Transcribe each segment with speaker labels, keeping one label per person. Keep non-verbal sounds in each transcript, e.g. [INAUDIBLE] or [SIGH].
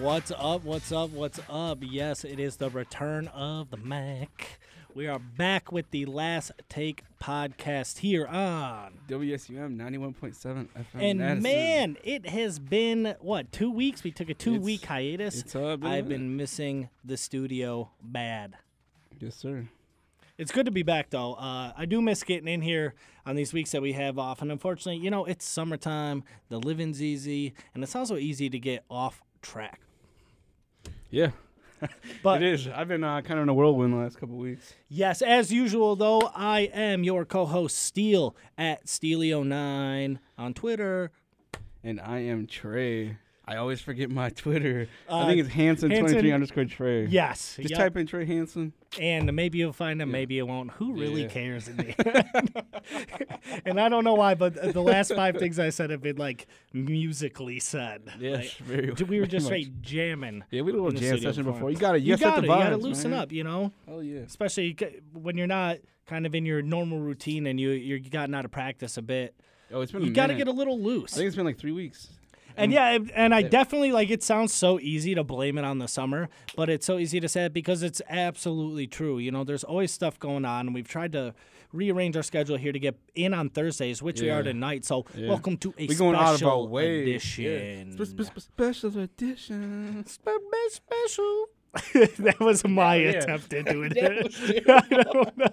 Speaker 1: What's up? What's up? What's up? Yes, it is the return of the Mac. We are back with the last take podcast here on.
Speaker 2: WSUM 91.7 FM.
Speaker 1: And
Speaker 2: Madison.
Speaker 1: man, it has been what two weeks? We took a two-week
Speaker 2: It's-
Speaker 1: hiatus.
Speaker 2: it's, uh, been a
Speaker 1: I've
Speaker 2: minute.
Speaker 1: been missing the studio bad.
Speaker 2: Yes, sir.
Speaker 1: It's good to be back though. Uh, I do miss getting in here on these weeks that we have off, and unfortunately, you know, it's summertime. The living's easy, and it's also easy to get off track.
Speaker 2: Yeah.
Speaker 1: But-
Speaker 2: it is. I've been uh, kind of in a whirlwind the last couple weeks.
Speaker 1: Yes, as usual, though, I am your co host, Steele, at Steelio9 on Twitter.
Speaker 2: And I am Trey. I always forget my Twitter.
Speaker 1: Uh,
Speaker 2: I think it's Hanson23
Speaker 1: Hanson-
Speaker 2: underscore Trey.
Speaker 1: Yes.
Speaker 2: Just
Speaker 1: yep.
Speaker 2: type in Trey Hanson.
Speaker 1: And maybe you'll find him, maybe you won't. Who really
Speaker 2: Yeah. [LAUGHS]
Speaker 1: cares? [LAUGHS] In the end? and I don't know why, but the last five things I said have been like musically said. Like,
Speaker 2: very
Speaker 1: d- we were just
Speaker 2: very much.
Speaker 1: straight jamming.
Speaker 2: Yeah, we did a little
Speaker 1: in the
Speaker 2: jam
Speaker 1: studio
Speaker 2: session
Speaker 1: before.
Speaker 2: before. You got to
Speaker 1: You,
Speaker 2: got
Speaker 1: gotta,
Speaker 2: to
Speaker 1: you gotta loosen up, you know?
Speaker 2: Oh, yeah.
Speaker 1: Especially c- when you're not kind of in your normal routine and you, you're gotten out of practice a bit.
Speaker 2: Oh, it's been
Speaker 1: You
Speaker 2: a
Speaker 1: gotta
Speaker 2: minute.
Speaker 1: get a little loose.
Speaker 2: I think it's been like three weeks. Mm.
Speaker 1: And yeah, and- and I definitely like it sounds so easy to blame it on the summer, but it's so easy to say it because it's absolutely true. You know, there's always stuff going on, and we've tried to rearrange our schedule here to get in on Thursdays, which we are
Speaker 2: Yeah.
Speaker 1: tonight. So
Speaker 2: Yeah.
Speaker 1: welcome to a
Speaker 2: We're
Speaker 1: special
Speaker 2: going out of our way. Yeah.
Speaker 1: edition.
Speaker 2: Spe- spe- spe- Special edition.
Speaker 1: special. [LAUGHS] that was my
Speaker 2: Yeah.
Speaker 1: attempt at
Speaker 2: [LAUGHS]
Speaker 1: doing it. [LAUGHS] I don't know.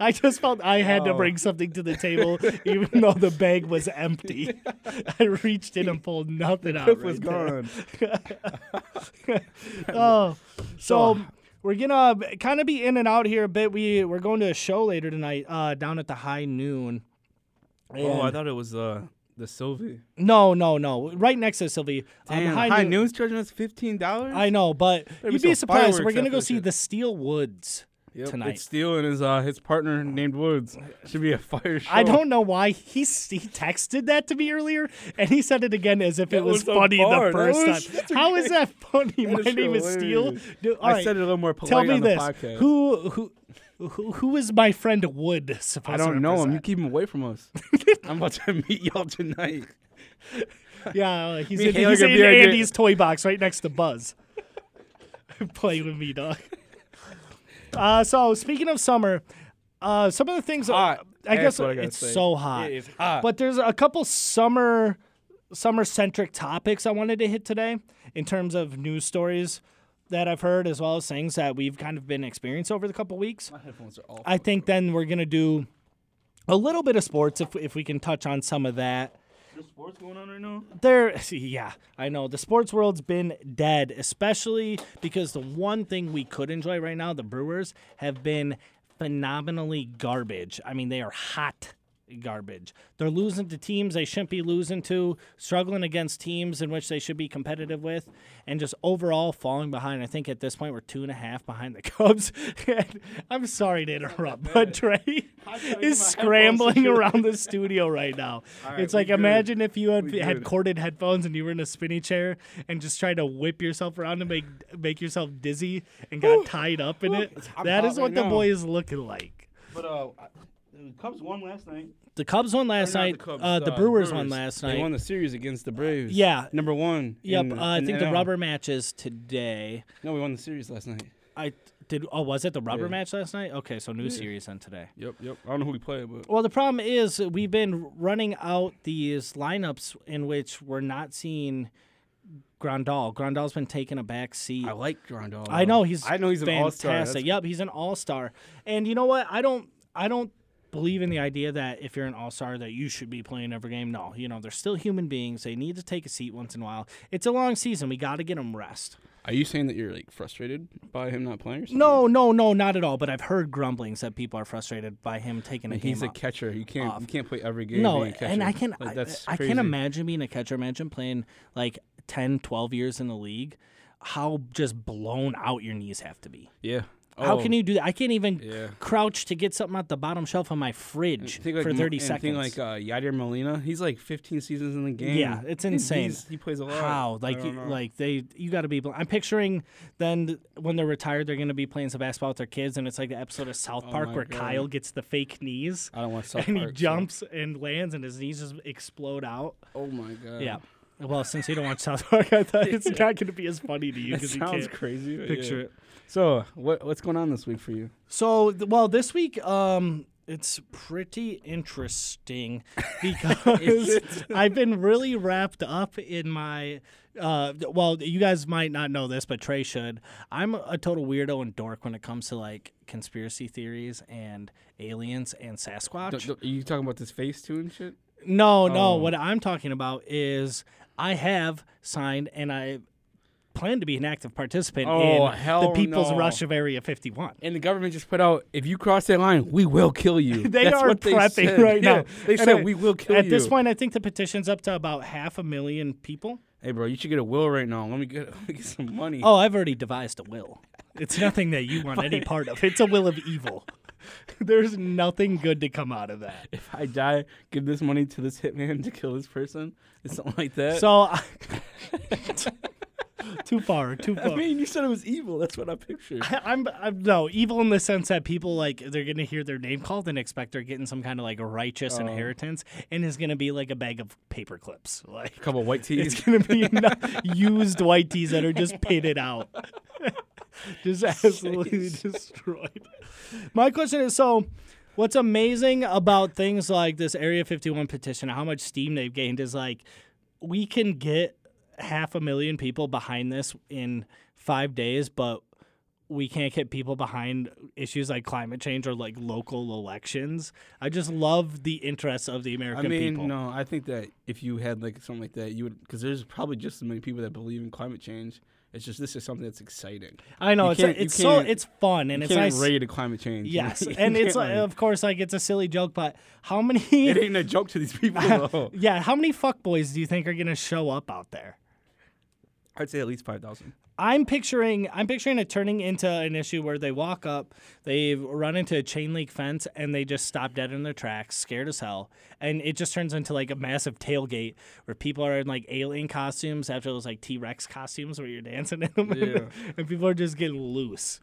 Speaker 1: I just felt I had to
Speaker 2: Oh.
Speaker 1: bring something to the table, even though the bag was
Speaker 2: [LAUGHS]
Speaker 1: empty. [LAUGHS] I reached in and pulled nothing out.
Speaker 2: was
Speaker 1: right there.
Speaker 2: gone. [LAUGHS]
Speaker 1: Oh, so we're gonna uh, kind of be in and out here a bit. We we're going to a show later tonight uh, down at the High Noon.
Speaker 2: Oh, I
Speaker 1: And-
Speaker 2: thought it was uh, the Sylvie.
Speaker 1: no, no, no! Right next to Sylvie. Um,
Speaker 2: Damn, high, news charging us fifteen dollars.
Speaker 1: I know, but
Speaker 2: be
Speaker 1: you'd be
Speaker 2: some
Speaker 1: surprised. We're
Speaker 2: fireworks
Speaker 1: gonna
Speaker 2: after
Speaker 1: go
Speaker 2: this
Speaker 1: see
Speaker 2: shit.
Speaker 1: the Steel Woods tonight.
Speaker 2: It's Steele and his uh, his partner named Woods. Should be a fire show.
Speaker 1: I don't know why he s- he texted that to me earlier, and he said it again as if it
Speaker 2: That
Speaker 1: was,
Speaker 2: was a
Speaker 1: funny the
Speaker 2: bar. That
Speaker 1: first
Speaker 2: was- that's
Speaker 1: time. How is that funny?
Speaker 2: That
Speaker 1: My name is Steele.
Speaker 2: hilarious.
Speaker 1: Dude, all
Speaker 2: I
Speaker 1: right.
Speaker 2: said it a little more polite
Speaker 1: Tell me
Speaker 2: on the
Speaker 1: this:
Speaker 2: podcast.
Speaker 1: who who who who is my friend Wood supposed
Speaker 2: I don't
Speaker 1: to
Speaker 2: know him. You
Speaker 1: represent?
Speaker 2: keep him away from us. [LAUGHS] I'm about to meet y'all tonight.
Speaker 1: Yeah, uh, he's
Speaker 2: Me
Speaker 1: in,
Speaker 2: and Haley
Speaker 1: he's
Speaker 2: gonna
Speaker 1: in
Speaker 2: be like,
Speaker 1: Andy's toy box right next to Buzz. [LAUGHS] Play with me, dog. Uh, so speaking of summer, uh, some of the things
Speaker 2: Hot.
Speaker 1: I
Speaker 2: That's
Speaker 1: guess
Speaker 2: what I gotta
Speaker 1: it's
Speaker 2: say.
Speaker 1: so hot.
Speaker 2: It is hot.
Speaker 1: But there's a couple summer summer centric topics I wanted to hit today in terms of news stories that I've heard as well as things that we've kind of been experienced over the couple weeks.
Speaker 2: My headphones are off.
Speaker 1: I think then we're gonna do a little bit of sports if if we can touch on some of that.
Speaker 2: There's sports going on right now.
Speaker 1: There, [LAUGHS] yeah, I know. The sports world's been dead, especially because the one thing we could enjoy right now, the Brewers, have been phenomenally garbage. I mean, they are hot garbage. They're losing to teams they shouldn't be losing to, struggling against teams in which they should be competitive with, and just overall falling behind. I think at this point, we're two and a half behind the [LAUGHS] Cubs. And I'm sorry to interrupt, but Trey
Speaker 2: gotta
Speaker 1: is
Speaker 2: get my
Speaker 1: scrambling
Speaker 2: headphones.
Speaker 1: around
Speaker 2: [LAUGHS]
Speaker 1: the studio right now.
Speaker 2: right,
Speaker 1: it's
Speaker 2: we
Speaker 1: like,
Speaker 2: good.
Speaker 1: imagine if you had,
Speaker 2: We
Speaker 1: had
Speaker 2: good.
Speaker 1: corded headphones and you were in a spinny chair and just tried to whip yourself around to make make yourself dizzy and got tied up in it.
Speaker 2: I'm
Speaker 1: That
Speaker 2: hot
Speaker 1: is
Speaker 2: right
Speaker 1: what the
Speaker 2: now.
Speaker 1: boy is looking like.
Speaker 2: But uh, the Cubs won last night.
Speaker 1: The Cubs won last night. uh, the Brewers, won last night.
Speaker 2: They won Uh, the series against the Braves.
Speaker 1: Yeah.
Speaker 2: number one.
Speaker 1: yep,
Speaker 2: in-
Speaker 1: uh, I
Speaker 2: in
Speaker 1: think the
Speaker 2: NL.
Speaker 1: rubber match is today.
Speaker 2: No, we won the series last night.
Speaker 1: I did. Oh, was it the rubber
Speaker 2: Yeah.
Speaker 1: match last night? Okay, so new series on today.
Speaker 2: Yep, yep. I don't know who we played, but
Speaker 1: Well, the problem is we've been running out these lineups in which we're not seeing Grandal. Grandal's been taking a back seat.
Speaker 2: I like Grandal.
Speaker 1: I know he's.
Speaker 2: I know he's an all-star.
Speaker 1: fantastic. Yep, he's an all star. And you know what? I don't. I don't believe in the idea that if you're an all star that you should be playing every game. No, you know they're still human beings. They need to take a seat once in a while. It's a long season. We got to get them rest.
Speaker 2: Are you saying that you're like frustrated by him not playing? Or something?
Speaker 1: No, no, no, not at all. But I've heard grumblings that people are frustrated by him taking a game.
Speaker 2: He's a
Speaker 1: off.
Speaker 2: catcher. You can't you can't play every game.
Speaker 1: No,
Speaker 2: being a catcher.
Speaker 1: and I can
Speaker 2: Like,
Speaker 1: I-
Speaker 2: that's
Speaker 1: I,
Speaker 2: crazy.
Speaker 1: can't imagine being a catcher. Imagine playing like 10, 12 years in the league. How just blown out your knees have to be.
Speaker 2: Yeah.
Speaker 1: How
Speaker 2: Oh,
Speaker 1: can you do that? I can't even
Speaker 2: Yeah.
Speaker 1: crouch to get something out the bottom shelf of my fridge
Speaker 2: think like
Speaker 1: for
Speaker 2: Mo-
Speaker 1: 30
Speaker 2: and
Speaker 1: seconds.
Speaker 2: Think like uh, Yadier Molina. He's like 15 seasons in the game.
Speaker 1: Yeah, it's
Speaker 2: He's-
Speaker 1: insane.
Speaker 2: he's- he plays a lot.
Speaker 1: How? Like,
Speaker 2: don't
Speaker 1: you,
Speaker 2: know.
Speaker 1: like they, you got to be. Bl- I'm picturing then th- when they're retired, they're going to be playing some basketball with their kids, and it's like the episode of South Park
Speaker 2: Oh my
Speaker 1: where
Speaker 2: God.
Speaker 1: Kyle gets the fake knees
Speaker 2: I don't want
Speaker 1: [LAUGHS]
Speaker 2: South
Speaker 1: and he
Speaker 2: Park, so-
Speaker 1: jumps and lands, and his knees just explode out.
Speaker 2: Oh my god.
Speaker 1: Yeah. Well, since you don't watch South Park, I
Speaker 2: [LAUGHS]
Speaker 1: thought it's not going to be as funny to you [LAUGHS]
Speaker 2: It
Speaker 1: because you can't
Speaker 2: sounds crazy. but yeah.
Speaker 1: picture it.
Speaker 2: So, what what's going on this week for you?
Speaker 1: So, th- well, this week, um, it's pretty
Speaker 2: [LAUGHS]
Speaker 1: interesting because I've been really wrapped up in my. Uh, th- well, you guys might not know this, but Trey should. I'm a total weirdo and dork when it comes to like conspiracy theories and aliens and Sasquatch.
Speaker 2: D- d- are you talking about this face too and shit?
Speaker 1: No, no.
Speaker 2: Oh.
Speaker 1: What I'm talking about is I have signed and I plan to be an active participant
Speaker 2: Oh,
Speaker 1: in
Speaker 2: hell
Speaker 1: the People's
Speaker 2: no.
Speaker 1: Rush of Area 51.
Speaker 2: And the government just put out, if you cross that line, we will kill
Speaker 1: [LAUGHS]
Speaker 2: you.
Speaker 1: They
Speaker 2: That's
Speaker 1: are
Speaker 2: what they
Speaker 1: prepping
Speaker 2: said.
Speaker 1: right
Speaker 2: Yeah,
Speaker 1: now.
Speaker 2: They
Speaker 1: And
Speaker 2: said
Speaker 1: I-
Speaker 2: we will kill
Speaker 1: At
Speaker 2: you.
Speaker 1: this point, I think the petition's up to about half a million people.
Speaker 2: hey bro, you should get a will right now. Let me get, [LAUGHS] let me get some money.
Speaker 1: Oh, I've already devised a will. It's nothing that you want [LAUGHS] any part of. It's a will of evil. [LAUGHS] There's nothing good to come out of that.
Speaker 2: If I die, give this money to this hitman to kill this person. It's something like that.
Speaker 1: So, I- [LAUGHS] too far, too
Speaker 2: I
Speaker 1: far.
Speaker 2: mean, you said it was evil. That's what I pictured.
Speaker 1: I'm, I'm no evil in the sense that people like they're gonna hear their name called and expect they're getting some kind of like righteous inheritance and it's gonna be like a bag of paper clips like
Speaker 2: A couple white
Speaker 1: it's
Speaker 2: tees.
Speaker 1: gonna be [LAUGHS] no- used white tees that are just pitted out [LAUGHS] just absolutely [LAUGHS] destroyed my question is so what's amazing about things like this area 51 petition how much steam they've gained is like we can get half a million people behind this in five days but we can't get people behind issues like climate change or like local elections. I just love the interests of the
Speaker 2: I
Speaker 1: American
Speaker 2: mean,
Speaker 1: people.
Speaker 2: no, I think that if you had like something like that, you would because there's probably just as many people that believe in climate change. It's just this is something that's exciting.
Speaker 1: I know
Speaker 2: You
Speaker 1: it's
Speaker 2: can't- you
Speaker 1: it's so
Speaker 2: can't-
Speaker 1: it's fun and
Speaker 2: You
Speaker 1: it's
Speaker 2: can't
Speaker 1: nice.
Speaker 2: rate a climate change. you
Speaker 1: [LAUGHS]
Speaker 2: know?
Speaker 1: Yes,
Speaker 2: [LAUGHS] You
Speaker 1: and it's
Speaker 2: can't,
Speaker 1: like,
Speaker 2: like-
Speaker 1: of course like it's a silly joke, but how
Speaker 2: [LAUGHS] it
Speaker 1: many?
Speaker 2: ain't a joke to these people.
Speaker 1: uh,
Speaker 2: though.
Speaker 1: [LAUGHS] yeah, how many fuckboys do you think are gonna show up out there?
Speaker 2: I'd say at least five thousand.
Speaker 1: I'm picturing I'm picturing it turning into an issue where they walk up, they run into a chain link fence, and they just stop dead in their tracks, scared as hell. And it just turns into like a massive tailgate where people are in like alien costumes after those like T Rex costumes where you're dancing in them,
Speaker 2: Yeah.
Speaker 1: [LAUGHS] and people are just getting loose.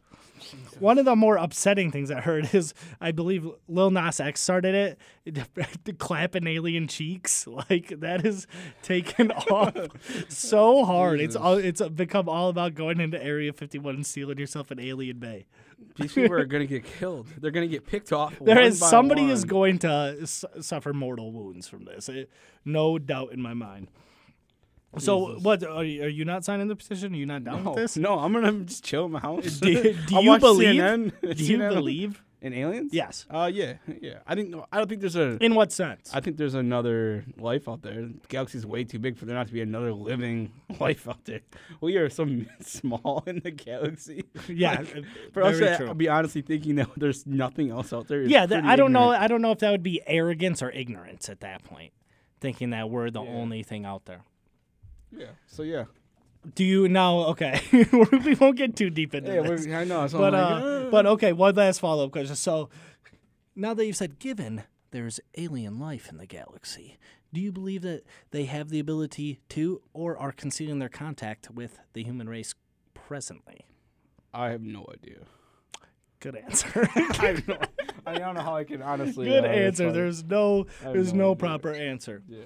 Speaker 1: One of the more upsetting things I heard [LAUGHS] is I believe Lil Nas X started it, [LAUGHS] clapping alien cheeks [LAUGHS] like that is taken [LAUGHS] off so hard. It's all it's become all about going into Area 51 and sealing yourself in Alien Bay.
Speaker 2: These people are gonna get killed. They're gonna get picked off.
Speaker 1: There
Speaker 2: one
Speaker 1: is
Speaker 2: by
Speaker 1: somebody
Speaker 2: one.
Speaker 1: is going to s- suffer mortal wounds from this. It- no doubt in my mind. So what are you, are you not signing the petition? Are you not down
Speaker 2: No,
Speaker 1: with this?
Speaker 2: [LAUGHS] no, I'm gonna just chill in my house.
Speaker 1: Do,
Speaker 2: [LAUGHS]
Speaker 1: you- do
Speaker 2: I'll
Speaker 1: you
Speaker 2: watch
Speaker 1: believe?
Speaker 2: CNN.
Speaker 1: [LAUGHS]
Speaker 2: [LAUGHS]
Speaker 1: Do you
Speaker 2: CNN.
Speaker 1: believe?
Speaker 2: in aliens?
Speaker 1: Yes.
Speaker 2: Uh, yeah, yeah. I think I don't think there's a.
Speaker 1: In what sense?
Speaker 2: I think there's another life out there. The galaxy's way too big for there not to be another living [LAUGHS] life out there. We are so [LAUGHS] small in the galaxy.
Speaker 1: [LAUGHS] yeah,
Speaker 2: Like,
Speaker 1: uh,
Speaker 2: for us
Speaker 1: very
Speaker 2: to
Speaker 1: true.
Speaker 2: be honestly thinking that [LAUGHS] there's nothing else out there. is
Speaker 1: yeah, that,
Speaker 2: pretty
Speaker 1: I don't know.
Speaker 2: ignorant.
Speaker 1: I don't know if that would be arrogance or ignorance at that point, thinking that we're the only thing out there.
Speaker 2: Yeah. So yeah.
Speaker 1: Do you now? Okay, [LAUGHS] we won't get too deep into
Speaker 2: Yeah,
Speaker 1: this.
Speaker 2: we're, I know. So
Speaker 1: but
Speaker 2: I'm
Speaker 1: uh,
Speaker 2: like, "Ah."
Speaker 1: but okay, one last follow up question. So now that you've said, given there's alien life in the galaxy, do you believe that they have the ability to, or are concealing their contact with the human race presently?
Speaker 2: I have no idea.
Speaker 1: Good answer. [LAUGHS]
Speaker 2: I, have no, I don't know how I can honestly.
Speaker 1: Good
Speaker 2: uh,
Speaker 1: answer.
Speaker 2: respond.
Speaker 1: There's no
Speaker 2: have
Speaker 1: there's
Speaker 2: no
Speaker 1: no
Speaker 2: idea.
Speaker 1: proper answer.
Speaker 2: Yeah.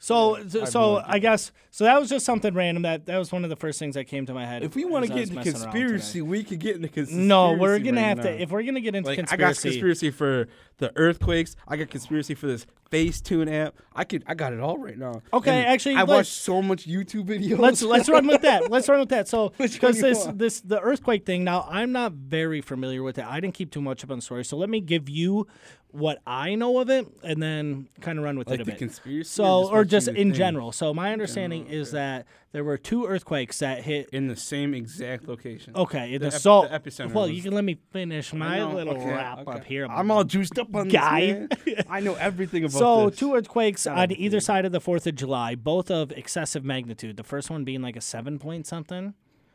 Speaker 1: So
Speaker 2: I
Speaker 1: so,
Speaker 2: have
Speaker 1: so
Speaker 2: no idea.
Speaker 1: I guess so that was just something random that that was one of the first things that came to my head.
Speaker 2: If we want
Speaker 1: as I
Speaker 2: to get
Speaker 1: was
Speaker 2: into
Speaker 1: messing around today.
Speaker 2: conspiracy, we could get into conspiracy.
Speaker 1: No, we're gonna
Speaker 2: right
Speaker 1: have
Speaker 2: now.
Speaker 1: to. If we're gonna get into
Speaker 2: Like I got
Speaker 1: conspiracy,
Speaker 2: conspiracy for the earthquakes. I got conspiracy for this Facetune app. I could I got it all right now.
Speaker 1: Okay, actually,
Speaker 2: I
Speaker 1: let's-
Speaker 2: watched so much YouTube videos.
Speaker 1: let's
Speaker 2: [LAUGHS]
Speaker 1: let's run with that. Let's run with that. So
Speaker 2: Which
Speaker 1: because
Speaker 2: one you
Speaker 1: this
Speaker 2: want?
Speaker 1: this the earthquake thing. Now I'm not very familiar with it. I didn't keep too much up on the story. So let me give you what I know of it, and then kind of run with it
Speaker 2: like
Speaker 1: a
Speaker 2: the
Speaker 1: bit.
Speaker 2: conspiracy.
Speaker 1: so or
Speaker 2: what
Speaker 1: just
Speaker 2: you
Speaker 1: in
Speaker 2: think?
Speaker 1: general. So my understanding is that there were two earthquakes that hit.
Speaker 2: in the same exact location.
Speaker 1: Okay, the,
Speaker 2: ep-
Speaker 1: so
Speaker 2: the epicenter
Speaker 1: well,
Speaker 2: was-
Speaker 1: you can let me finish my
Speaker 2: No,
Speaker 1: little
Speaker 2: okay,
Speaker 1: wrap
Speaker 2: okay.
Speaker 1: up here.
Speaker 2: I'm all juiced up on
Speaker 1: guy. [LAUGHS]
Speaker 2: This, man. I know everything about
Speaker 1: So
Speaker 2: this.
Speaker 1: two earthquakes on
Speaker 2: Gotta
Speaker 1: either side of the Fourth of July, both of excessive magnitude. The first one being like a seven point something.